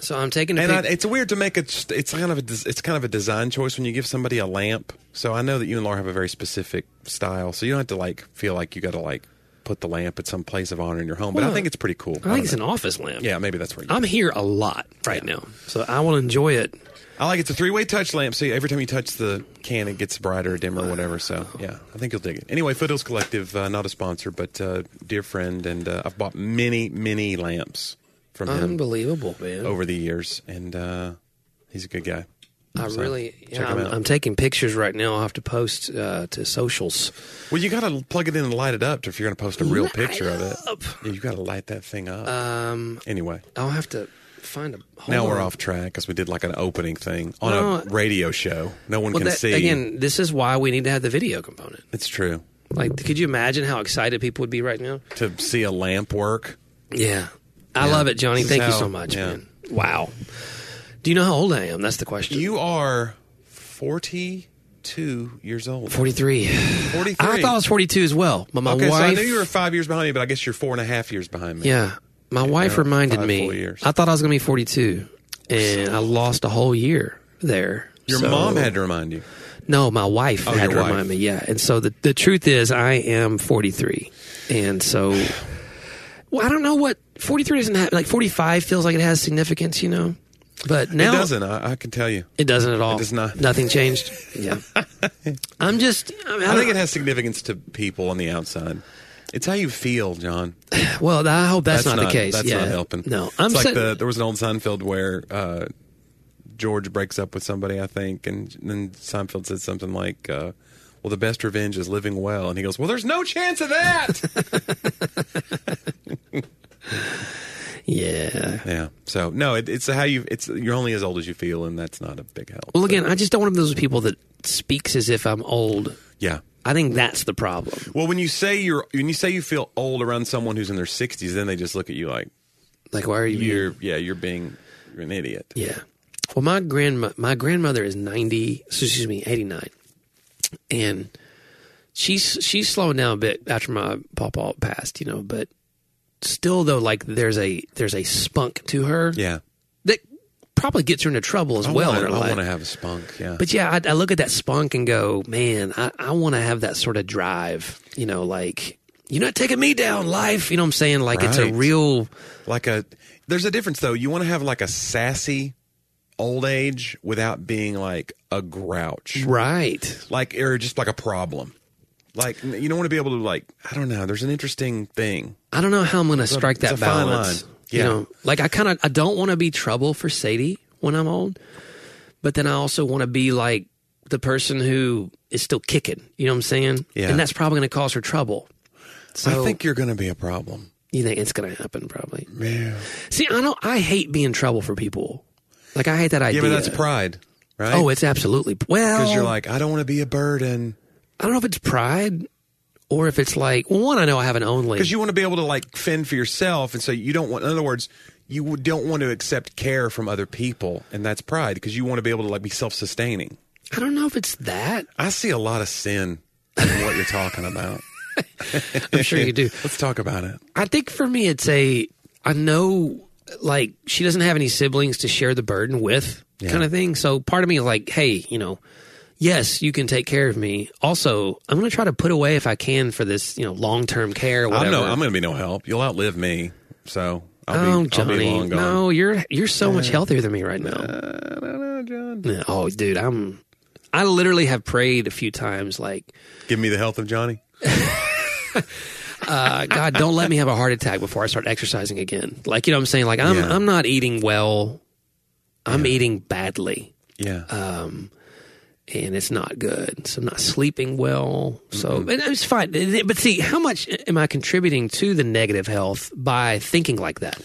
Speaker 2: So I'm taking a
Speaker 1: and I,
Speaker 2: pic-
Speaker 1: it's weird to make a it's kind of a des- it's kind of a design choice when you give somebody a lamp. So I know that you and Laura have a very specific style, so you don't have to like feel like you got to like put the lamp at some place of honor in your home. But
Speaker 2: Well,
Speaker 1: I think it's pretty cool.
Speaker 2: I
Speaker 1: don't
Speaker 2: think it's
Speaker 1: know.
Speaker 2: an office lamp.
Speaker 1: Yeah, maybe that's where you.
Speaker 2: I'm here a lot right now, so I will enjoy it.
Speaker 1: I like it's a three way touch lamp. So every time you touch the can, it gets brighter or dimmer or whatever. So yeah, I think you'll dig it. Anyway, Foothills Collective, uh, not a sponsor, but uh, dear friend, and uh, I've bought many, many lamps from
Speaker 2: Um,
Speaker 1: him
Speaker 2: Unbelievable, man.
Speaker 1: over the years, and uh, he's a good guy.
Speaker 2: I
Speaker 1: So,
Speaker 2: really,
Speaker 1: check
Speaker 2: yeah,
Speaker 1: him
Speaker 2: I'm,
Speaker 1: out.
Speaker 2: I'm taking pictures right now. I'll have to post uh, to socials.
Speaker 1: Well, you got to plug it in and light it up if you're going to post a real
Speaker 2: Light
Speaker 1: picture of it.
Speaker 2: up.
Speaker 1: Yeah, you got to light that thing up.
Speaker 2: Um,
Speaker 1: anyway,
Speaker 2: I'll have to find a. Hold
Speaker 1: now we're
Speaker 2: on.
Speaker 1: off track because we did like an opening thing on a
Speaker 2: No.
Speaker 1: radio show. No one
Speaker 2: Well,
Speaker 1: can
Speaker 2: that-
Speaker 1: see.
Speaker 2: again, this is why we need to have the video component.
Speaker 1: it's true
Speaker 2: Like, could you imagine how excited people would be right now?
Speaker 1: to see a lamp work.
Speaker 2: Yeah, I love it, Johnny.
Speaker 1: This is
Speaker 2: Thank you
Speaker 1: how-
Speaker 2: so much,
Speaker 1: yeah.
Speaker 2: man. Wow. Do you know how old I am? That's the question.
Speaker 1: You are forty-two years old.
Speaker 2: 43.
Speaker 1: Forty-three.
Speaker 2: I thought I was 42 as well, but my
Speaker 1: okay,
Speaker 2: wife.
Speaker 1: so I knew you were five years behind me, but I guess you're four and a half years behind me.
Speaker 2: Yeah. My wife
Speaker 1: know,
Speaker 2: reminded
Speaker 1: five,
Speaker 2: me.
Speaker 1: four years.
Speaker 2: I thought I was going to be 42, and I lost a whole year there.
Speaker 1: Your
Speaker 2: So-
Speaker 1: mom had to remind you.
Speaker 2: No, my wife had
Speaker 1: Oh, your
Speaker 2: to
Speaker 1: wife.
Speaker 2: remind me. Yeah, and so the the truth is, I am 43, and so well, I don't know what 43 doesn't have. Like 45 feels like it has significance, you know. But now
Speaker 1: It doesn't. I, I can tell you.
Speaker 2: It doesn't at all.
Speaker 1: does not.
Speaker 2: Nothing changed. Yeah. I'm just. I, mean,
Speaker 1: I think it has significance to people on the outside. It's how you feel, John.
Speaker 2: Well, I hope that's, not, the case.
Speaker 1: That's
Speaker 2: yeah.
Speaker 1: not helping.
Speaker 2: No,
Speaker 1: I'm
Speaker 2: I'm
Speaker 1: it's like
Speaker 2: saying.
Speaker 1: the, there was an old Seinfeld where uh, George breaks up with somebody, I think, and then Seinfeld said something like, uh, "Well, the best revenge is living well," and he goes, "Well, there's no chance of that."
Speaker 2: yeah.
Speaker 1: yeah. So no, it, it's how you. It's you're only as old as you feel, and that's not a big help.
Speaker 2: Well, again, I just don't want to be those people that speaks as if I'm old.
Speaker 1: yeah.
Speaker 2: I think that's the problem.
Speaker 1: Well, when you say you're when you say you feel old around someone who's in their 60s, then they just look at you like
Speaker 2: Like, why are you?
Speaker 1: you're yeah you're being you're an idiot.
Speaker 2: Yeah. Well, my grandma, my grandmother is ninety. Excuse me, eighty nine, and she's she's slowing down a bit after my papa passed. You know, but still though, like there's a there's a spunk to her.
Speaker 1: Yeah.
Speaker 2: that probably gets her into trouble as well.
Speaker 1: I
Speaker 2: in her life.
Speaker 1: want to have a spunk. Yeah.
Speaker 2: But yeah, I, I look at that spunk and go, man, I, I want to have that sort of drive. You know, like you're not taking me down, life. You know what I'm saying? Like it's a
Speaker 1: Right.
Speaker 2: real
Speaker 1: like a there's a difference though you want to have like a sassy old age without being like a grouch
Speaker 2: right.
Speaker 1: like or just like a problem like n- you don't want to be able to like i don't know there's an interesting thing
Speaker 2: I don't know how I'm going to strike
Speaker 1: it's
Speaker 2: that
Speaker 1: a fine
Speaker 2: balance.
Speaker 1: line.
Speaker 2: You
Speaker 1: Yeah.
Speaker 2: know, like I kind of I don't want to be trouble for Sadie when I'm old, but then I also want to be like the person who is still kicking. You know what I'm saying?
Speaker 1: Yeah.
Speaker 2: And that's probably going to cause her trouble. So
Speaker 1: i think you're gonna be a problem
Speaker 2: you think it's going to happen probably.
Speaker 1: yeah
Speaker 2: See, I don't. I hate being trouble for people. Like I hate that idea.
Speaker 1: yeah but that's pride right
Speaker 2: Oh, it's absolutely well.
Speaker 1: because you're like i don't want to be a burden
Speaker 2: I don't know if it's pride or if it's like well, one. I know I have an only.
Speaker 1: because you want to be able to like fend for yourself and so you don't want in other words you w- don't want to accept care from other people and that's pride because you want to be able to like be self-sustaining
Speaker 2: I don't know if it's that.
Speaker 1: I see a lot of sin in what you're talking about.
Speaker 2: I'm sure you do.
Speaker 1: Let's talk about it.
Speaker 2: I think for me, it's a. I know, like she doesn't have any siblings to share the burden with, kind of thing. So part of me is like, hey, you know, yes, you can take care of me. Also, I'm going to try to put away if I can for this, you know, long term care. Or whatever.
Speaker 1: I'm no, I'm going to be no help. You'll outlive me, so I'll
Speaker 2: Oh,
Speaker 1: be, I'll be
Speaker 2: Johnny!
Speaker 1: long gone.
Speaker 2: No, you're you're so much healthier than me right now.
Speaker 1: I don't know, John.
Speaker 2: Yeah, Oh, dude, I'm. I literally have prayed a few times, like,
Speaker 1: Give me the health of Johnny.
Speaker 2: uh, God, don't let me have a heart attack before I start exercising again. Like, you know, what I'm saying, like, I'm
Speaker 1: Yeah.
Speaker 2: I'm not eating well. I'm eating badly,
Speaker 1: Yeah,
Speaker 2: and it's not good. So I'm not sleeping well. So and it's fine. But see, how much am I contributing to the negative health by thinking like that?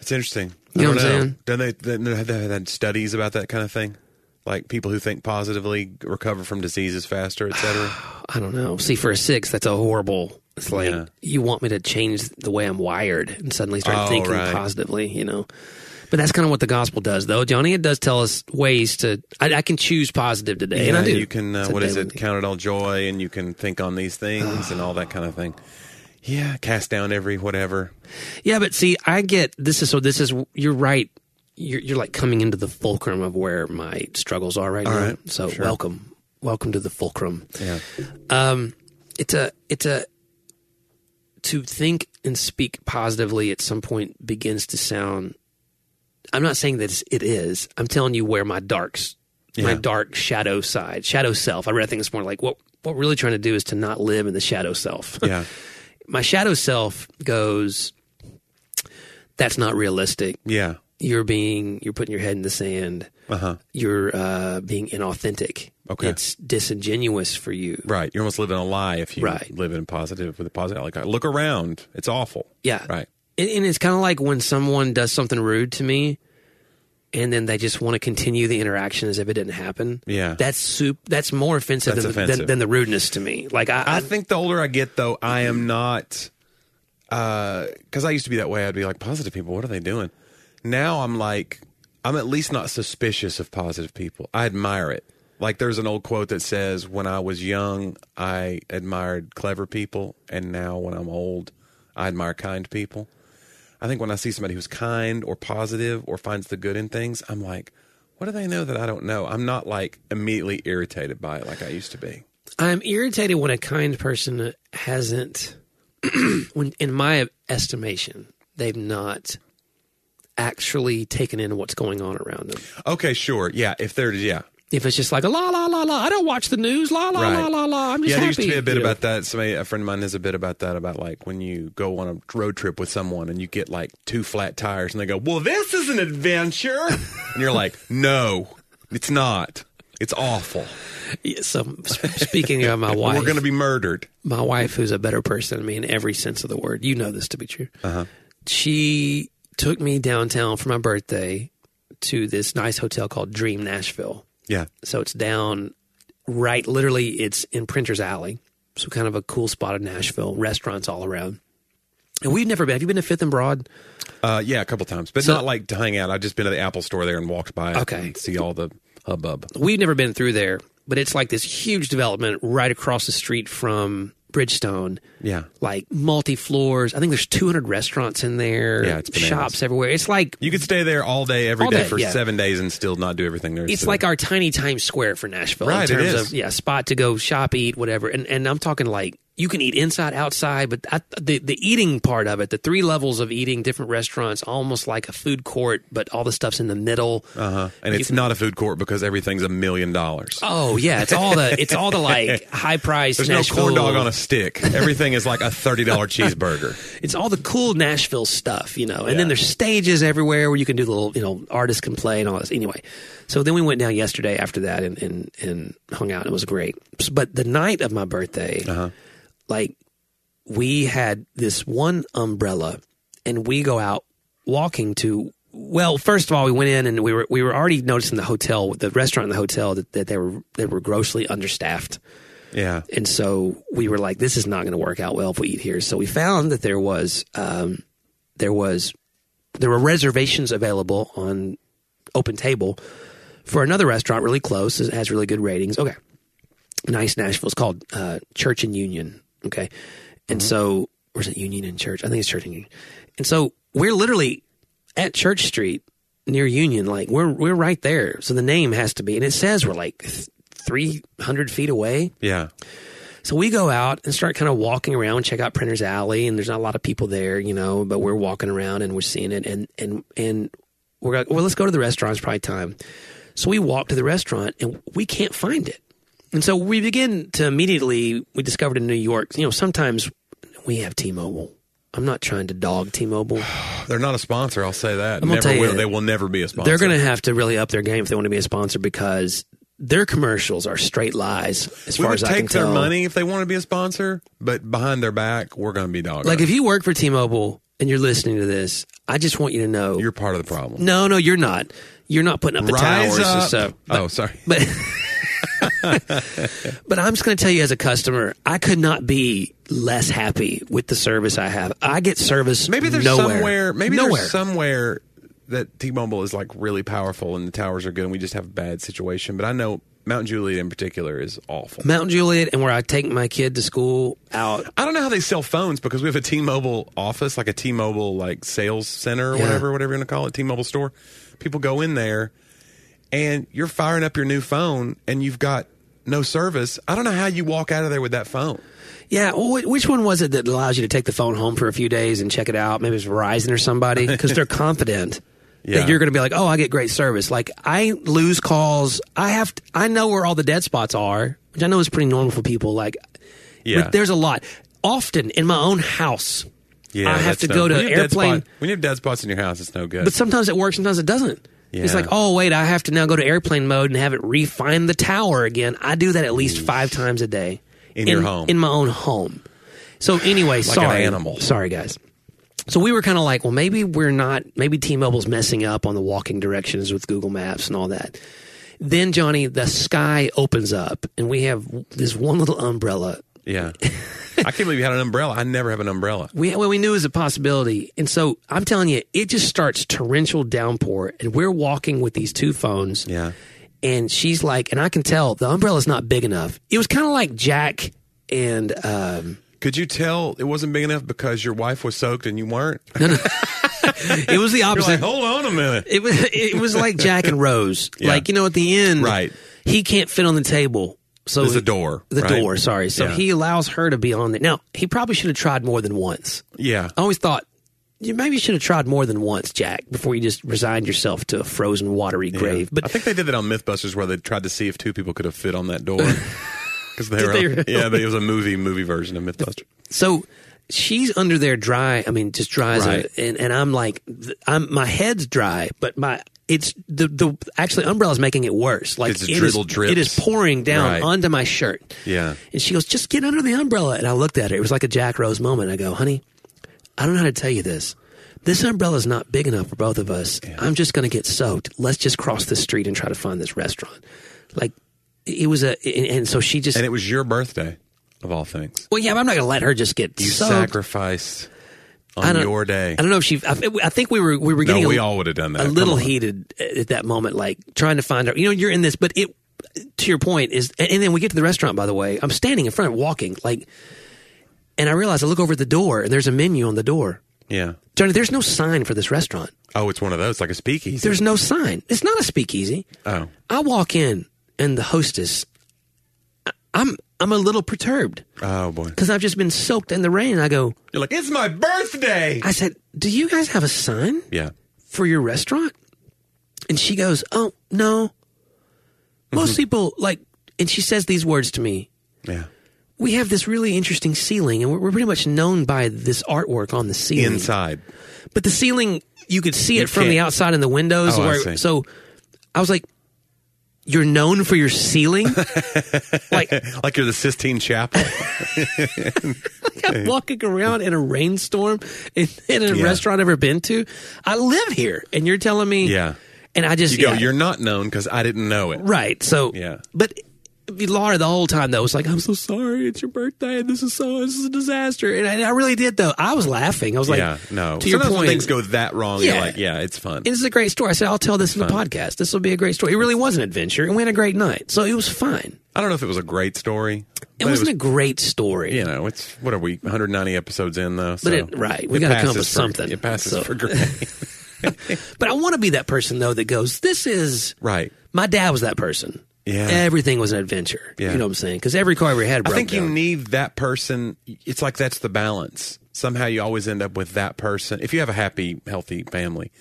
Speaker 1: It's interesting. I
Speaker 2: You know
Speaker 1: don't
Speaker 2: what I'm saying?
Speaker 1: Don't they, they, they have they had studies about that kind of thing? Like people who think positively recover from diseases faster, et cetera.
Speaker 2: I don't know. See, for a six, that's a horrible. It's like
Speaker 1: Yeah.
Speaker 2: you want me to change the way I'm wired and suddenly start
Speaker 1: Oh,
Speaker 2: thinking
Speaker 1: right.
Speaker 2: positively, you know. But that's kind of what the gospel does, though, Johnny. It does tell us ways to. I, I can choose positive today, and I
Speaker 1: Yeah,
Speaker 2: do.
Speaker 1: You can, uh,
Speaker 2: It's a
Speaker 1: what is
Speaker 2: daily
Speaker 1: it? Count it all joy, and you can think on these things and all that kind of thing. Yeah, cast down every whatever.
Speaker 2: Yeah, but see, I get this is so. This is you're right. You're, you're like coming into the fulcrum of where my struggles are right now.
Speaker 1: right,
Speaker 2: so
Speaker 1: sure.
Speaker 2: welcome, welcome to the fulcrum.
Speaker 1: Yeah,
Speaker 2: Um, it's a it's a to think and speak positively at some point begins to sound. I'm not saying that it's- it is. I'm telling you where my darks, my
Speaker 1: Yeah.
Speaker 2: dark shadow side, shadow self. I read a thing this morning like what what we're really trying to do is to not live in the shadow self
Speaker 1: yeah,
Speaker 2: my shadow self goes that's not realistic
Speaker 1: yeah.
Speaker 2: you're being you're putting your head in the sand
Speaker 1: Uh huh.
Speaker 2: you're uh, being inauthentic
Speaker 1: Okay.
Speaker 2: it's disingenuous for you
Speaker 1: Right. You're almost living a lie if you
Speaker 2: Right.
Speaker 1: live in positive with a positive. Like, look around. It's awful.
Speaker 2: yeah
Speaker 1: Right.
Speaker 2: and, and it's kind of like when someone does something rude to me and then they just want to continue the interaction as if it didn't happen
Speaker 1: Yeah.
Speaker 2: that's soup that's more offensive,
Speaker 1: That's
Speaker 2: than, the-
Speaker 1: offensive.
Speaker 2: Than, than the rudeness to me like i,
Speaker 1: I think the older I get, though, I am not. Because I used to be that way. I'd be like, positive people, what are they doing? Now I'm like, I'm at least not suspicious of positive people. I admire it. Like, there's an old quote that says, When I was young, I admired clever people. And now when I'm old, I admire kind people. I think when I see somebody who's kind or positive or finds the good in things, I'm like, what do they know that I don't know? I'm not like immediately irritated by it like I used to be.
Speaker 2: I'm irritated when a kind person hasn't, when in my estimation, they've not actually taken in what's going on around them.
Speaker 1: Okay, sure. Yeah, if there, yeah,
Speaker 2: If it's just like a la la la la, I don't watch the news, la la
Speaker 1: right.
Speaker 2: la la la. I'm just
Speaker 1: yeah,
Speaker 2: happy.
Speaker 1: there used to be a bit
Speaker 2: you know.
Speaker 1: about that. Somebody, a friend of mine, has a bit about that about like when you go on a road trip with someone and you get like two flat tires and they go, "Well, this is an adventure," and you're like, "No, it's not. It's awful.
Speaker 2: Yeah, So s- speaking of my wife,
Speaker 1: We're going to be murdered."
Speaker 2: my wife, who's a better person than me in every sense of the word, you know this to be true.
Speaker 1: Uh-huh.
Speaker 2: She took me downtown for my birthday to this nice hotel called Dream Nashville.
Speaker 1: Yeah,
Speaker 2: So it's down right, literally, it's in Printer's Alley. So kind of a cool spot in Nashville, restaurants all around. And we've never been. Have you been to Fifth and Broad?
Speaker 1: uh, yeah, a couple times, but not like to hang out. I've just been to the Apple store there and walked by. it
Speaker 2: Okay.
Speaker 1: and see all the hubbub.
Speaker 2: We've never been through there, but it's like this huge development right across the street from Bridgestone.
Speaker 1: Yeah,
Speaker 2: Like multi floors. I think there's 200 restaurants in there.
Speaker 1: Yeah, it's bananas.
Speaker 2: shops everywhere. It's like
Speaker 1: you could stay there all day, every
Speaker 2: All
Speaker 1: day
Speaker 2: day,
Speaker 1: for
Speaker 2: yeah.
Speaker 1: seven days and still not do everything there. is
Speaker 2: it's
Speaker 1: to-
Speaker 2: like our tiny Times Square for Nashville in
Speaker 1: Right, it
Speaker 2: terms
Speaker 1: is.
Speaker 2: of yeah, spot to go shop, eat, whatever. And and I'm talking like you can eat inside, outside, but I, the the eating part of it, the three levels of eating, different restaurants, almost like a food court, but all the stuff's in the middle.
Speaker 1: Uh-huh. And it's not a food court because everything's a million dollars.
Speaker 2: Oh yeah, it's all the it's all the like high price.
Speaker 1: There's no corn dog on a stick. Everything is like a $30 cheeseburger.
Speaker 2: It's all the cool Nashville stuff, you know. And then there's stages everywhere where you can do the little, you know, artists can play and all this. Anyway, so then we went down yesterday after that and and, and hung out. and It was great. But the night of my birthday, like we had this one umbrella, and we go out walking to. Well, first of all, we went in and we were we were already noticing the hotel, the restaurant in the hotel that, that they were they were grossly understaffed.
Speaker 1: Yeah.
Speaker 2: And so we were like, this is not going to work out well if we eat here. So we found that there was, um, there was, there were reservations available on Open Table for another restaurant really close. It has really good ratings. Okay, nice Nashville. It's called uh, Church and Union. Okay, and so or is it Union and Church? I think it's Church and Union. And so we're literally at Church Street near Union. Like we're we're right there. So the name has to be, and it says we're like. Th- 300 feet away
Speaker 1: Yeah.
Speaker 2: so we go out and start kind of walking around, check out Printer's Alley, and there's not a lot of people there, you know, but we're walking around and we're seeing it, and and and we're like, well, let's go to the restaurant. It's probably time. So we walk to the restaurant and we can't find it, and so we begin to immediately we discovered in New York, you know, sometimes we have T-Mobile. I'm not trying to dog T-Mobile.
Speaker 1: They're not a sponsor, I'll say that.
Speaker 2: gonna
Speaker 1: never
Speaker 2: tell you
Speaker 1: will.
Speaker 2: that-
Speaker 1: They will never be a sponsor.
Speaker 2: They're going to have to really up their game if they want to be a sponsor because their commercials are straight lies as
Speaker 1: we
Speaker 2: far
Speaker 1: would
Speaker 2: as
Speaker 1: take
Speaker 2: I can
Speaker 1: their
Speaker 2: tell.
Speaker 1: money if they want to be a sponsor, but behind their back, we're going to be dogging.
Speaker 2: Like if you work for T-Mobile and you're listening to this, I just want you to know
Speaker 1: you're part of the problem.
Speaker 2: No, no, you're not. You're not putting up the
Speaker 1: Rise
Speaker 2: towers and
Speaker 1: up.
Speaker 2: stuff.
Speaker 1: oh, sorry.
Speaker 2: But but I'm just going to tell you as a customer, I could not be less happy with the service I have. I get service
Speaker 1: Maybe there's
Speaker 2: nowhere.
Speaker 1: somewhere. Maybe
Speaker 2: nowhere.
Speaker 1: there's somewhere that T-Mobile is like really powerful and the towers are good, and we just have a bad situation. But I know Mount Juliet in particular is awful.
Speaker 2: Mount Juliet and where I take my kid to school out.
Speaker 1: I don't know how they sell phones because we have a T-Mobile office, like a T-Mobile like sales center or
Speaker 2: Yeah.
Speaker 1: whatever, whatever you want to call it, T-Mobile store. People go in there, and you're firing up your new phone, and you've got no service. I don't know how you walk out of there with that phone.
Speaker 2: Yeah, wh- which one was it that allows you to take the phone home for a few days and check it out? Maybe it's Verizon or somebody because they're confident
Speaker 1: Yeah.
Speaker 2: that you're going to be like, "Oh, I get great service." Like I lose calls. I have t- I know where all the dead spots are, which I know is pretty normal for people. Like,
Speaker 1: Yeah.
Speaker 2: but there's a lot. Often in my own house, I have
Speaker 1: that's
Speaker 2: to
Speaker 1: no-
Speaker 2: go to
Speaker 1: when you have dead
Speaker 2: airplane.
Speaker 1: spot- when you have dead spots in your house, it's no good.
Speaker 2: But sometimes it works, sometimes it doesn't. It's
Speaker 1: Yeah.
Speaker 2: like, oh wait, I have to now go to airplane mode and have it refine the tower again. I do that at least five times a day
Speaker 1: In your home.
Speaker 2: in my own home. So anyway,
Speaker 1: an
Speaker 2: sorry,
Speaker 1: animal.
Speaker 2: Sorry, guys. So we were kind of like, well, maybe we're not. Maybe T-Mobile's messing up on the walking directions with Google Maps and all that. Then Johnny, the sky opens up, and we have this one little umbrella
Speaker 1: yeah, I can't believe you had an umbrella. I never have an umbrella.
Speaker 2: we well, we knew it was a possibility, and so I'm telling you, it just starts torrential downpour, and we're walking with these two phones.
Speaker 1: Yeah.
Speaker 2: and she's like, and I can tell the umbrella's not big enough. It was kind of like Jack and um,
Speaker 1: Could you tell it wasn't big enough because your wife was soaked and you weren't?
Speaker 2: it was the
Speaker 1: You're
Speaker 2: opposite.
Speaker 1: like, hold on a minute.
Speaker 2: oh. it was it was like Jack and Rose. Like you know, at the end,
Speaker 1: Right.
Speaker 2: He can't fit on the table, so
Speaker 1: There's a
Speaker 2: he-
Speaker 1: door,
Speaker 2: The
Speaker 1: right?
Speaker 2: door, sorry. So
Speaker 1: Yeah.
Speaker 2: he allows her to be on it. Now he probably should have tried more than once.
Speaker 1: Yeah,
Speaker 2: I always thought you maybe should have tried more than once, Jack, before you just resigned yourself to a frozen, watery grave.
Speaker 1: I
Speaker 2: But
Speaker 1: think they did that on MythBusters where they tried to see if two people could have fit on that door. Because they were,
Speaker 2: they
Speaker 1: on-
Speaker 2: really?
Speaker 1: yeah, but it was a movie movie version of MythBusters.
Speaker 2: so she's under there dry. I mean, just dry as
Speaker 1: Right.
Speaker 2: a, and and I'm like, th- I'm my head's dry, but my it's the the actually umbrella's making it worse. Like
Speaker 1: It's a
Speaker 2: it is-
Speaker 1: drizzle drips.
Speaker 2: It is pouring down
Speaker 1: Right.
Speaker 2: onto my shirt.
Speaker 1: Yeah.
Speaker 2: and she goes, just get under the umbrella. And I looked at her. It was like a Jack Rose moment. I go, honey, I don't know how to tell you this. This umbrella's not big enough for both of us. I'm just going to get soaked. Let's just cross the street and try to find this restaurant. Like it was a, and, and so she just.
Speaker 1: And it was your birthday, of all things.
Speaker 2: well, yeah, but I'm not going to let her just get
Speaker 1: You
Speaker 2: soaked.
Speaker 1: sacrificed
Speaker 2: I
Speaker 1: on
Speaker 2: don't-
Speaker 1: your day.
Speaker 2: I don't know if she. I, I think we were we were
Speaker 1: no,
Speaker 2: getting
Speaker 1: we
Speaker 2: a,
Speaker 1: all would have done that.
Speaker 2: a
Speaker 1: Come
Speaker 2: little
Speaker 1: on.
Speaker 2: heated at that moment, like trying to find out. You know, you're in this, but it. To your point is, and, and then we get to the restaurant. By the way, I'm standing in front, walking like, and I realize I look over at the door, and there's a menu on the door.
Speaker 1: Yeah.
Speaker 2: Johnny, there's no sign for this restaurant.
Speaker 1: Oh, it's one of those, like a speakeasy.
Speaker 2: There's no sign. It's not a speakeasy.
Speaker 1: oh,
Speaker 2: I walk in, and the hostess. I- I'm I'm a little perturbed
Speaker 1: oh boy.
Speaker 2: because I've just been soaked in the rain. I go.
Speaker 1: You're like, it's my birthday.
Speaker 2: I said, "Do you guys have a sign?"
Speaker 1: yeah.
Speaker 2: for your restaurant? And she goes, Oh, no. Most
Speaker 1: Mm-hmm.
Speaker 2: people, like, and she says these words to me
Speaker 1: Yeah.
Speaker 2: We have this really interesting ceiling, and we're, we're pretty much known by this artwork on the ceiling.
Speaker 1: Inside.
Speaker 2: But the ceiling, you could see it from the
Speaker 1: can't-
Speaker 2: outside in the windows.
Speaker 1: Oh, I
Speaker 2: where-
Speaker 1: see.
Speaker 2: so I was like, You're known for your ceiling? like,
Speaker 1: Like you're the Sistine Chapel.
Speaker 2: I'm walking around in a rainstorm in, in a
Speaker 1: Yeah.
Speaker 2: restaurant I've ever been to. I live here, and you're telling me.
Speaker 1: Yeah.
Speaker 2: And I just.
Speaker 1: You go,
Speaker 2: yeah.
Speaker 1: you're not known because I didn't know it.
Speaker 2: Right. So
Speaker 1: Yeah.
Speaker 2: but Laura the whole time though was like, "I'm so sorry, it's your birthday, and this is so this is a disaster." And I, and I really did though. I was laughing. I was like,
Speaker 1: yeah, no.
Speaker 2: To your
Speaker 1: Sometimes when
Speaker 2: point,
Speaker 1: things go that wrong, you're
Speaker 2: Yeah.
Speaker 1: like, yeah, it's fun.
Speaker 2: and this is a great story. I said, "I'll tell this in the podcast. This will be a great story." It really was an adventure, and we had a great night, so it was fine.
Speaker 1: I don't know if it was a great story.
Speaker 2: It
Speaker 1: but
Speaker 2: wasn't a great story.
Speaker 1: you know, it's what are we 190 episodes in though? So
Speaker 2: But it- right, we gotta come up
Speaker 1: passes
Speaker 2: with
Speaker 1: for-
Speaker 2: something.
Speaker 1: It passes
Speaker 2: So-
Speaker 1: for granted.
Speaker 2: But I want to be that person though that goes, "This is
Speaker 1: right.
Speaker 2: my dad was that person."
Speaker 1: Yeah.
Speaker 2: Everything was an adventure.
Speaker 1: Yeah.
Speaker 2: You know what I'm saying? Because every car we had
Speaker 1: I
Speaker 2: broke
Speaker 1: think you
Speaker 2: down.
Speaker 1: need that person. It's like that's the balance. Somehow you always end up with that person. If you have a happy, healthy family,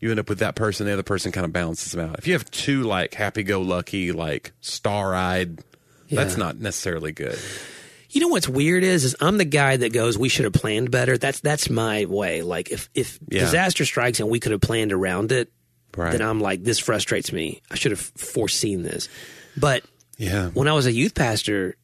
Speaker 1: you end up with that person. The other person kind of balances them out. If you have two like happy-go-lucky, like star-eyed, that's not necessarily good.
Speaker 2: You know what's weird is is I'm the guy that goes, we should have planned better. That's that's my way. Like if if
Speaker 1: Yeah.
Speaker 2: disaster strikes and we could have planned around it,
Speaker 1: Right.
Speaker 2: then I'm like, this frustrates me. I should have foreseen this. But
Speaker 1: Yeah.
Speaker 2: when I was a youth pastor,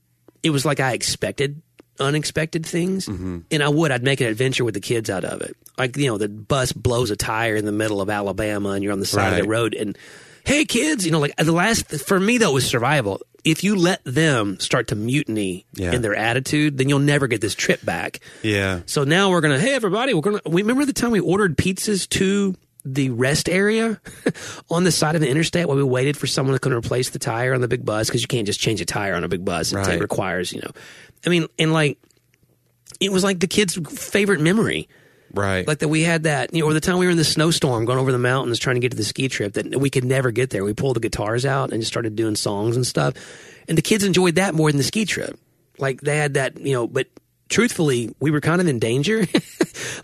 Speaker 2: it was like I expected unexpected things,
Speaker 1: Mm-hmm.
Speaker 2: and I would. I'd make an adventure with the kids out of it. Like you know, the bus blows a tire in the middle of Alabama, and you're on the side of the
Speaker 1: Right.
Speaker 2: road, and hey, kids, you know, like the last for me though was survival. If you let them start to mutiny
Speaker 1: Yeah.
Speaker 2: in their attitude, then you'll never get this trip back.
Speaker 1: Yeah.
Speaker 2: So now we're gonna. Hey, everybody, we're gonna. We remember the time we ordered pizzas to the rest area on the side of the interstate while we waited for someone to come replace the tire on the big bus because you can't just change a tire on a big bus. It's- It
Speaker 1: Right.
Speaker 2: requires, you know. I mean, and like it was like the kid's favorite memory.
Speaker 1: Right.
Speaker 2: Like that we had that, you know, or the time we were in the snowstorm going over the mountains trying to get to the ski trip that we could never get there. We pulled the guitars out and just started doing songs and stuff. And the kids enjoyed that more than the ski trip. Like they had that, you know, but truthfully, we were kind of in danger.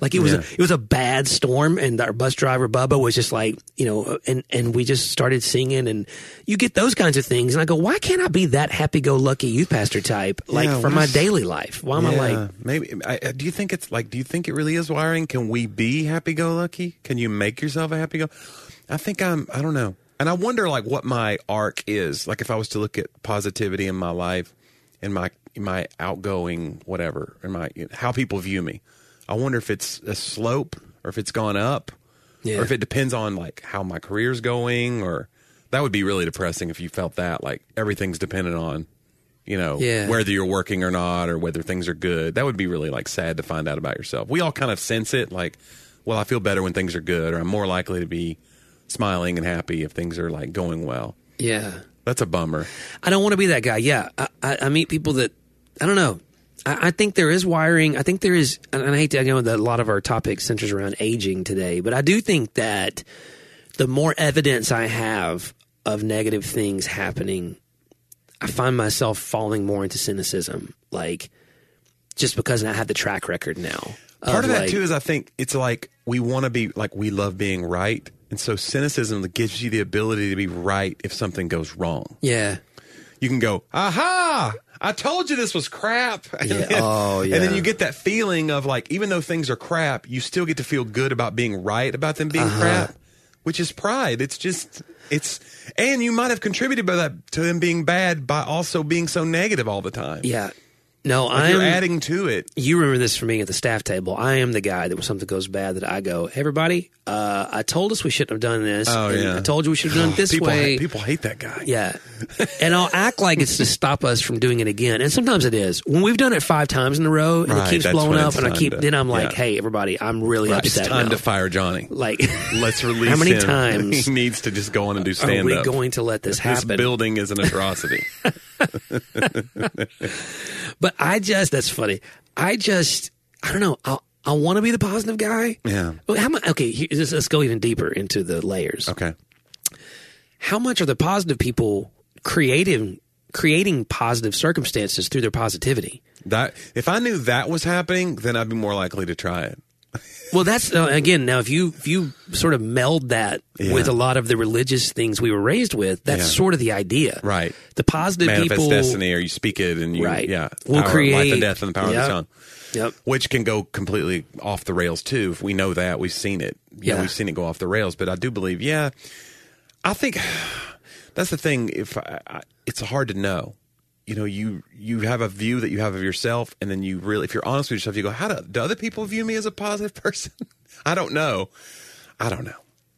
Speaker 2: like it was a,
Speaker 1: Yeah.
Speaker 2: it was a bad storm and our bus driver Bubba was just like, you know, uh, and and we just started singing and you get those kinds of things and I go, "Why can't I be that happy-go-lucky youth pastor type like
Speaker 1: Yeah,
Speaker 2: for
Speaker 1: what
Speaker 2: my
Speaker 1: is-
Speaker 2: daily life? Why am I
Speaker 1: yeah.
Speaker 2: like
Speaker 1: maybe. I, I- do you think it's like? Do you think it really is wiring? Can we be happy-go-lucky? Can you make yourself a happy-go? I think I'm. I don't know. And I wonder, like, what my arc is. Like, if I was to look at positivity in my life, in my in my outgoing whatever, in my how people view me, I wonder if it's a slope or if it's gone up,
Speaker 2: Yeah.
Speaker 1: or if it depends on like how my career's going. Or that would be really depressing if you felt that like everything's dependent on, you know,
Speaker 2: Yeah.
Speaker 1: whether you're working or not or whether things are good. That would be really like sad to find out about yourself. We all kind of sense it like, well, I feel better when things are good or I'm more likely to be smiling and happy if things are like going well.
Speaker 2: yeah,
Speaker 1: That's a bummer.
Speaker 2: I don't want to be that guy. Yeah, I, I, I meet people that I don't know. I, I think there is wiring. I think there is, and I hate to I know that a lot of our topic centers around aging today, but I do think that the more evidence I have of negative things happening, I find myself falling more into cynicism. Like just because I have the track record now.
Speaker 1: Part of that
Speaker 2: like-
Speaker 1: too is I think it's like we want to be like we love being right. And so cynicism gives you the ability to be right if something goes wrong.
Speaker 2: Yeah.
Speaker 1: you can go, aha, I told you this was crap. And,
Speaker 2: Yeah.
Speaker 1: then,
Speaker 2: Oh,
Speaker 1: and then
Speaker 2: yeah.
Speaker 1: you get that feeling of like, even though things are crap, you still get to feel good about being right about them being
Speaker 2: Uh-huh.
Speaker 1: crap, which is pride. It's just, it's, and you might have contributed by that to them being bad by also being so negative all the time.
Speaker 2: Yeah. No,
Speaker 1: Like,
Speaker 2: I'm
Speaker 1: You're adding to it.
Speaker 2: you remember this from me at the staff table. I am the guy that when something goes bad, that I go, "Hey, everybody, uh, I told us we shouldn't have done this.
Speaker 1: Oh,
Speaker 2: and
Speaker 1: yeah.
Speaker 2: I told you we should have done it this
Speaker 1: people,
Speaker 2: way.
Speaker 1: hate, people hate that guy.
Speaker 2: Yeah. And I'll act like it's to stop us from doing it again. And sometimes it is. When we've done it five times in a row and it
Speaker 1: Right,
Speaker 2: keeps
Speaker 1: that's
Speaker 2: blowing
Speaker 1: when
Speaker 2: up
Speaker 1: it's
Speaker 2: and I
Speaker 1: time
Speaker 2: keep,
Speaker 1: to-
Speaker 2: then I'm like,
Speaker 1: yeah.
Speaker 2: hey, everybody, I'm really
Speaker 1: Right,
Speaker 2: upset.
Speaker 1: it's time
Speaker 2: now.
Speaker 1: to fire Johnny.
Speaker 2: Like,
Speaker 1: Let's release
Speaker 2: How many
Speaker 1: him.
Speaker 2: times
Speaker 1: he needs to just go on and do
Speaker 2: are
Speaker 1: stand
Speaker 2: we
Speaker 1: up.
Speaker 2: going to let this
Speaker 1: this
Speaker 2: happen?
Speaker 1: building is an atrocity.
Speaker 2: but I just, that's funny. I just, I don't know. I, I want to be the positive guy.
Speaker 1: Yeah.
Speaker 2: Well, How much? Okay, here, let's let's go even deeper into the layers.
Speaker 1: okay.
Speaker 2: how much are the positive people creating creating positive circumstances through their positivity?
Speaker 1: That if I knew that was happening, then I'd be more likely to try it.
Speaker 2: Well, that's uh, again now if you if you sort of meld that
Speaker 1: Yeah.
Speaker 2: with a lot of the religious things we were raised with, that's
Speaker 1: Yeah.
Speaker 2: sort of the idea,
Speaker 1: Right.
Speaker 2: The positive
Speaker 1: Manifest
Speaker 2: people,
Speaker 1: destiny, or you speak it, and you
Speaker 2: right?
Speaker 1: yeah,
Speaker 2: will
Speaker 1: power,
Speaker 2: create
Speaker 1: life and death and the power
Speaker 2: Yep.
Speaker 1: of the tongue,
Speaker 2: Yep.
Speaker 1: which can go completely off the rails too. If we know that, we've seen it. You know,
Speaker 2: Yeah.
Speaker 1: we've seen it go off the rails. But I do believe, yeah, I think that's the thing. If I, I, it's hard to know, you know, you you have a view that you have of yourself, and then you really, if you're honest with yourself, you go, how do, do other people view me as a positive person? I don't know. I don't know.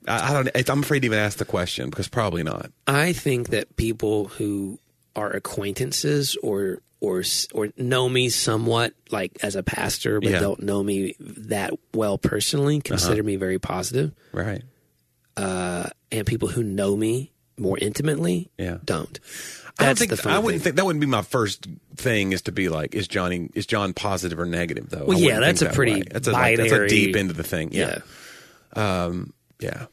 Speaker 1: I, I don't. It's, I'm afraid to even ask the question because probably not.
Speaker 2: I think that people who are acquaintances or or or know me somewhat, like as a pastor, but
Speaker 1: Yeah. Uh-huh.
Speaker 2: don't know me that well personally, consider me very positive.
Speaker 1: Right.
Speaker 2: and people who know me more intimately
Speaker 1: Yeah.
Speaker 2: don't.
Speaker 1: I don't
Speaker 2: That's
Speaker 1: think
Speaker 2: the funny
Speaker 1: I wouldn't
Speaker 2: thing.
Speaker 1: think that wouldn't be my first thing is to be like is Johnny is John positive or negative though.
Speaker 2: Well,
Speaker 1: I
Speaker 2: yeah,
Speaker 1: wouldn't
Speaker 2: that's
Speaker 1: think
Speaker 2: a
Speaker 1: that
Speaker 2: pretty
Speaker 1: way. that's a, like, that's a
Speaker 2: binary-
Speaker 1: deep into the thing.
Speaker 2: yeah.
Speaker 1: Yeah, yeah.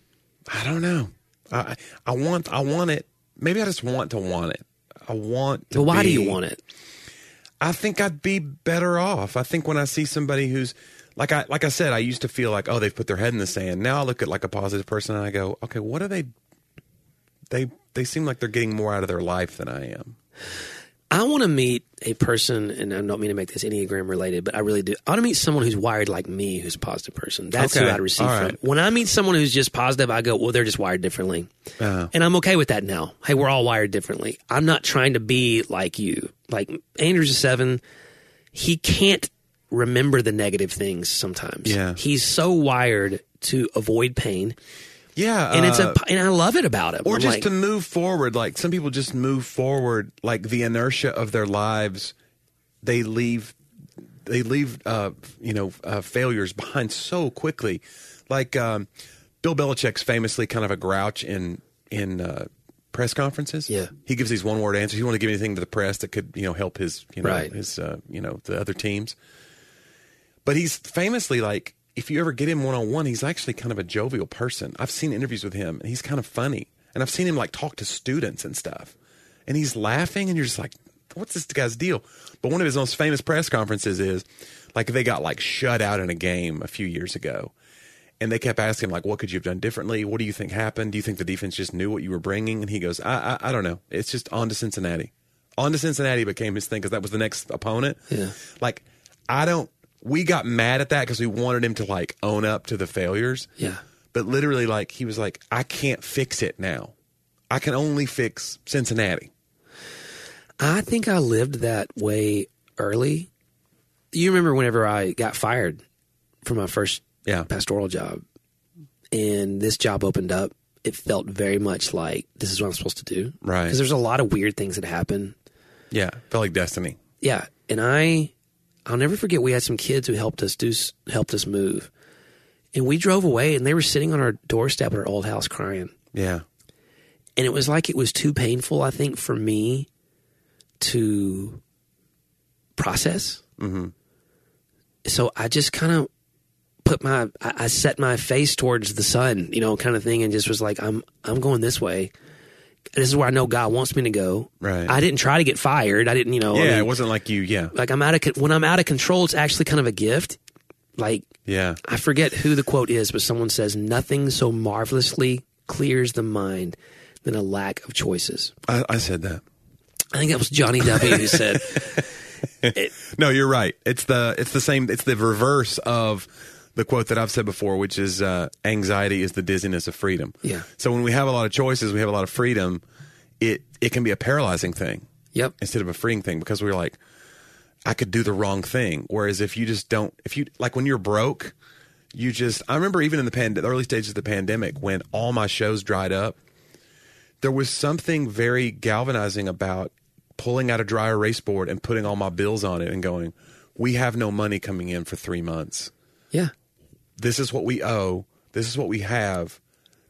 Speaker 1: I don't know. I I I want I want it. Maybe I just want to want it. I want. To
Speaker 2: But why do
Speaker 1: be-
Speaker 2: you want it?
Speaker 1: I think I'd be better off. I think when I see somebody who's like I like I said, I used to feel like oh they've put their head in the sand. Now I look at like a positive person and I go okay, what are they? They they seem like they're getting more out of their life than I am.
Speaker 2: I want to meet a person, and I don't mean to make this Enneagram related, but I really do. I want to meet someone who's wired like me, who's a positive person. That's who
Speaker 1: Okay.
Speaker 2: I'd receive
Speaker 1: All
Speaker 2: from.
Speaker 1: right.
Speaker 2: When I meet someone who's just positive, I go, well, they're just wired differently. And I'm okay with that now. Hey, we're all wired differently. I'm not trying to be like you. Like, Andrew's a seven. He can't remember the negative things sometimes.
Speaker 1: Yeah.
Speaker 2: He's so wired to avoid pain.
Speaker 1: Yeah,
Speaker 2: And it's
Speaker 1: uh,
Speaker 2: a, and I love it about him.
Speaker 1: or
Speaker 2: I'm
Speaker 1: just
Speaker 2: like-
Speaker 1: to move forward. Like some people just move forward, like the inertia of their lives. They leave, they leave, uh, you know, uh, failures behind so quickly. Like um, Bill Belichick's famously kind of a grouch in in uh, press conferences.
Speaker 2: Yeah.
Speaker 1: he gives these one word answers. He won't give anything to the press that could you know help his you know
Speaker 2: Right.
Speaker 1: his uh, you know the other teams. But he's famously like, if you ever get him one on one, he's actually kind of a jovial person. I've seen interviews with him, and he's kind of funny. And I've seen him like talk to students and stuff, and he's laughing, and you're just like, what's this guy's deal? But one of his most famous press conferences is like they got like shut out in a game a few years ago. And they kept asking him, like, what could you have done differently? What do you think happened? Do you think the defense just knew what you were bringing? And he goes, I, I, I don't know. It's just on to Cincinnati. On to Cincinnati became his thing because that was the next opponent.
Speaker 2: Yeah.
Speaker 1: Like, I don't, we got mad at that because we wanted him to, like, own up to the failures.
Speaker 2: Yeah.
Speaker 1: But literally, like, he was like, I can't fix it now. I can only fix Cincinnati.
Speaker 2: I think I lived that way early. You remember whenever I got fired from my first
Speaker 1: Yeah.
Speaker 2: pastoral job and this job opened up, it felt very much like this is what I'm supposed to do.
Speaker 1: Right.
Speaker 2: Because there's a lot of weird things that happen.
Speaker 1: Yeah. Felt like destiny.
Speaker 2: Yeah. And I, I'll never forget, we had some kids who helped us do, s- helped us move. And we drove away and they were sitting on our doorstep at our old house crying
Speaker 1: Yeah.
Speaker 2: and it was like it was too painful i think for me to process mm-hmm. so i just kind of put my I, I set my face towards the sun you know kind of thing and just was like i'm i'm going this way this is where i know god wants me to go
Speaker 1: Right.
Speaker 2: i didn't try to get fired i didn't you know I
Speaker 1: Yeah.
Speaker 2: mean,
Speaker 1: it wasn't like you. Yeah.
Speaker 2: like i'm out of con- when i'm out of control it's actually kind of a gift like
Speaker 1: Yeah.
Speaker 2: I forget who the quote is, but someone says, Nothing so marvelously clears the mind than a lack of choices.
Speaker 1: I, I said that.
Speaker 2: I think that was Johnny W. who said,
Speaker 1: No, you're right. It's the it's the same. It's the reverse of the quote that I've said before, which is uh, anxiety is the dizziness of freedom.
Speaker 2: Yeah.
Speaker 1: So when we have a lot of choices, we have a lot of freedom. It it can be a paralyzing thing
Speaker 2: Yep.
Speaker 1: instead of a freeing thing because we're like, I could do the wrong thing. Whereas if you just don't, if you like when you're broke, you just. I remember even in the pand- the early stages of the pandemic when all my shows dried up, there was something very galvanizing about pulling out a dry erase board and putting all my bills on it and going, we have no money coming in for three months.
Speaker 2: Yeah.
Speaker 1: This is what we owe. This is what we have.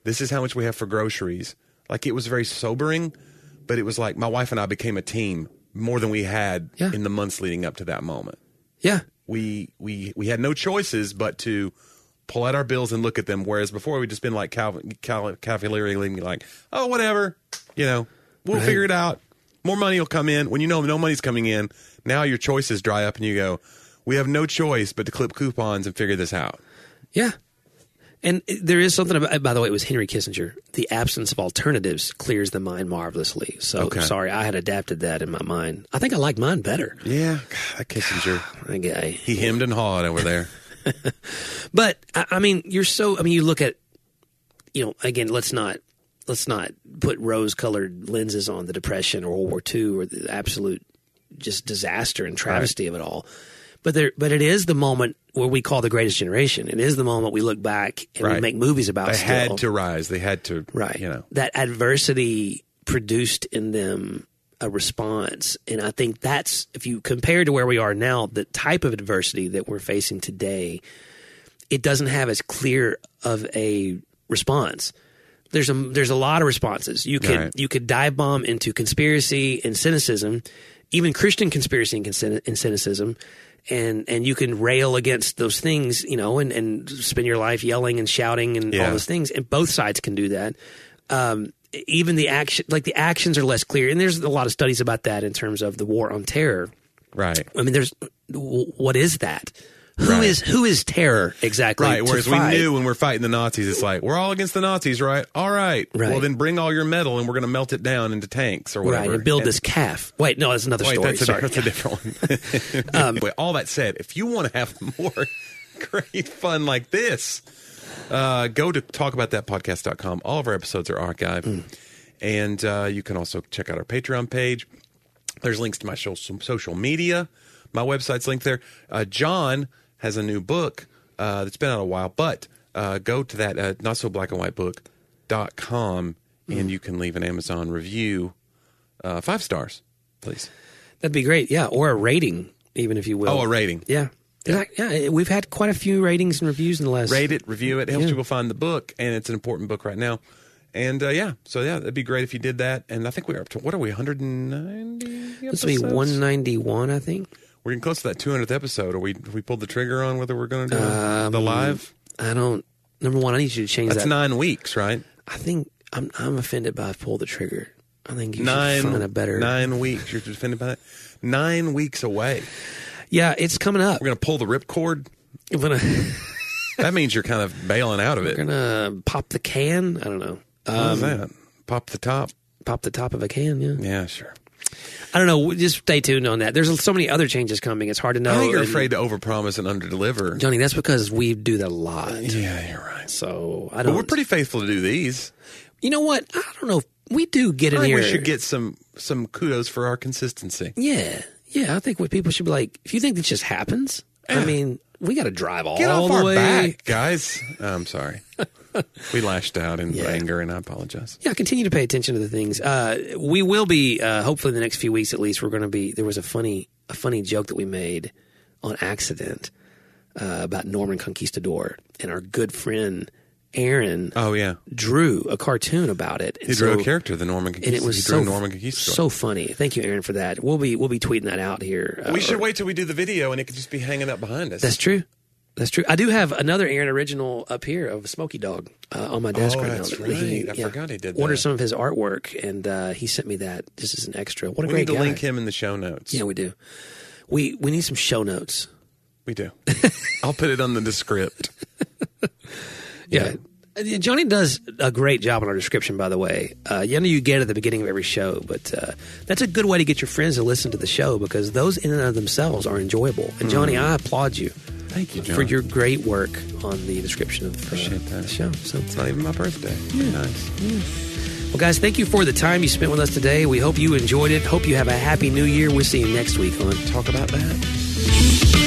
Speaker 1: This is how much we have for groceries. Like it was very sobering, but it was like my wife and I became a team more than we had
Speaker 2: Yeah.
Speaker 1: in the months leading up to that moment.
Speaker 2: Yeah.
Speaker 1: We we we had no choices but to pull out our bills and look at them. Whereas before we'd just been like Calvin Cal, cavalierly like, oh whatever, you know, we'll
Speaker 2: Right.
Speaker 1: figure it out. More money will come in when you know no money's coming in. Now your choices dry up and you go, we have no choice but to clip coupons and figure this out.
Speaker 2: Yeah. And it- there is something about, by the way, it was Henry Kissinger. The absence of alternatives clears the mind marvelously. So
Speaker 1: Okay.
Speaker 2: sorry, I had adapted that in my mind. I think I like mine better.
Speaker 1: Yeah, God, that Kissinger.
Speaker 2: I guess.
Speaker 1: He hemmed and hawed over there.
Speaker 2: But I, I mean, you're so. I mean, you look at, you know, again, let's not let's not put rose-colored lenses on the Depression or World War II or the absolute just disaster and travesty of it all. But there, but it is the moment where we call the greatest generation. It is the moment we look back and we
Speaker 1: Right.
Speaker 2: make movies about.
Speaker 1: They
Speaker 2: still.
Speaker 1: had to rise. They had to,
Speaker 2: right?
Speaker 1: You know,
Speaker 2: that adversity produced in them a response, and I think that's if you compare to where we are now, the type of adversity that we're facing today it doesn't have as clear of a response. There's a there's a lot of responses. You could
Speaker 1: Right.
Speaker 2: you could dive bomb into conspiracy and cynicism, even Christian conspiracy and, consen- and cynicism, and and you can rail against those things, you know, and and spend your life yelling and shouting and all
Speaker 1: Yeah.
Speaker 2: those things. And both sides can do that. Um, even the action like the actions are less clear, and there's a lot of studies about that in terms of the war on terror.
Speaker 1: right.
Speaker 2: I mean, there's w- what is that? Who
Speaker 1: Right.
Speaker 2: is who is terror exactly?
Speaker 1: Right.
Speaker 2: to
Speaker 1: Whereas we
Speaker 2: fight?
Speaker 1: knew when we're fighting the Nazis, it's like we're all against the Nazis, right? All right.
Speaker 2: Right.
Speaker 1: Well, then bring all your metal, and we're going to melt it down into tanks or whatever.
Speaker 2: right and build
Speaker 1: And-
Speaker 2: this calf. Wait, no, that's another
Speaker 1: Wait,
Speaker 2: story.
Speaker 1: that's,
Speaker 2: Sorry.
Speaker 1: A, that's a different one. Um, But all that said, if you want to have more great fun like this, uh, go to talkaboutthatpodcast.com. All of our episodes are archived.
Speaker 2: Mm.
Speaker 1: And uh, you can also check out our Patreon page. There's links to my so- social media. My website's linked there. Uh, John has a new book uh, that's been out a while, but uh, go to that uh, not so black and white book.com
Speaker 2: Mm.
Speaker 1: and you can leave an Amazon review. Uh, five stars, please.
Speaker 2: That'd be great. Yeah, or a rating, even if you will.
Speaker 1: Oh, a rating.
Speaker 2: Yeah. Yeah. yeah, we've had quite a few ratings and reviews in the last.
Speaker 1: Rate it, review it. It helps
Speaker 2: Yeah.
Speaker 1: people find the book, and it's an important book right now. And uh, yeah, so yeah, that'd be great if you did that. And I think we're up to what are we, 190?
Speaker 2: This will be
Speaker 1: episodes?
Speaker 2: 191, I think.
Speaker 1: We're getting close to that 200th episode. Are we? have We pulled the trigger on whether we're going to do the live.
Speaker 2: I don't. Number one, I need you to change
Speaker 1: That's
Speaker 2: Um, that.
Speaker 1: nine weeks, right?
Speaker 2: I think I'm I'm offended by pull the trigger. I think you
Speaker 1: Nine.
Speaker 2: should find a better.
Speaker 1: Nine weeks. You're defended by that. Nine weeks away.
Speaker 2: Yeah, it's coming up.
Speaker 1: We're going to pull the ripcord.
Speaker 2: I'm gonna
Speaker 1: That means you're kind of bailing out of it.
Speaker 2: gonna pop the can. I don't know. Uh,
Speaker 1: How's that? Pop the top.
Speaker 2: pop the top of a can. Yeah.
Speaker 1: Yeah, sure.
Speaker 2: I don't know. Just stay tuned on that. There's so many other changes coming. It's hard to know.
Speaker 1: I think you're
Speaker 2: oh, And-
Speaker 1: afraid to overpromise and underdeliver.
Speaker 2: Johnny. That's because we do that a lot.
Speaker 1: Yeah, you're right.
Speaker 2: So I don't.
Speaker 1: But we're pretty faithful to do these.
Speaker 2: You know what? I don't know. if We do get in
Speaker 1: I think
Speaker 2: here.
Speaker 1: we should get some some kudos for our consistency.
Speaker 2: Yeah, yeah. I think what people should be like. If you think this just happens, I mean, we got to drive all
Speaker 1: Get off
Speaker 2: the
Speaker 1: our
Speaker 2: way.
Speaker 1: back, guys. Oh, I'm sorry. we lashed out in anger, and I apologize.
Speaker 2: Yeah, continue to pay attention to the things. Uh, we will be uh, hopefully in the next few weeks at least. We're going to be. There was a funny a funny joke that we made on accident uh, about Norman Conquistador and our good friend Aaron
Speaker 1: Oh yeah,
Speaker 2: drew a cartoon about it. And
Speaker 1: he drew
Speaker 2: so-
Speaker 1: a character, the Norman, Conquist-
Speaker 2: and it was
Speaker 1: he
Speaker 2: so
Speaker 1: drew Norman Conquistador.
Speaker 2: so funny. Thank you, Aaron, for that. We'll be we'll be tweeting that out here. uh,
Speaker 1: we
Speaker 2: or-
Speaker 1: should wait till we do the video, and it could just be hanging up behind us.
Speaker 2: That's true. That's true. I do have another Aaron original up here of Smoky Dog uh, on my desk
Speaker 1: Oh,
Speaker 2: right
Speaker 1: that's
Speaker 2: now. that He,
Speaker 1: right. I forgot he did
Speaker 2: Ordered
Speaker 1: that.
Speaker 2: some of his artwork, and uh, he sent me that. This is an extra. What a
Speaker 1: we
Speaker 2: great
Speaker 1: need to
Speaker 2: guy.
Speaker 1: link him in the show notes.
Speaker 2: Yeah, we do. We we need some show notes.
Speaker 1: We do. I'll put it on the script.
Speaker 2: Yeah. Uh, Johnny does a great job on our description, by the way. Uh, you know, you get it at the beginning of every show, but uh, that's a good way to get your friends to listen to the show because those in and of themselves are enjoyable. And Johnny, I applaud you
Speaker 1: Mm-hmm. Thank you, John.
Speaker 2: for your great work on the description of uh,
Speaker 1: Appreciate that.
Speaker 2: the show. So
Speaker 1: It's not even my birthday. Nice.
Speaker 2: Well, guys, thank you for the time you spent with us today. We hope you enjoyed it. Hope you have a happy new year. We'll see you next week on
Speaker 1: Talk about that.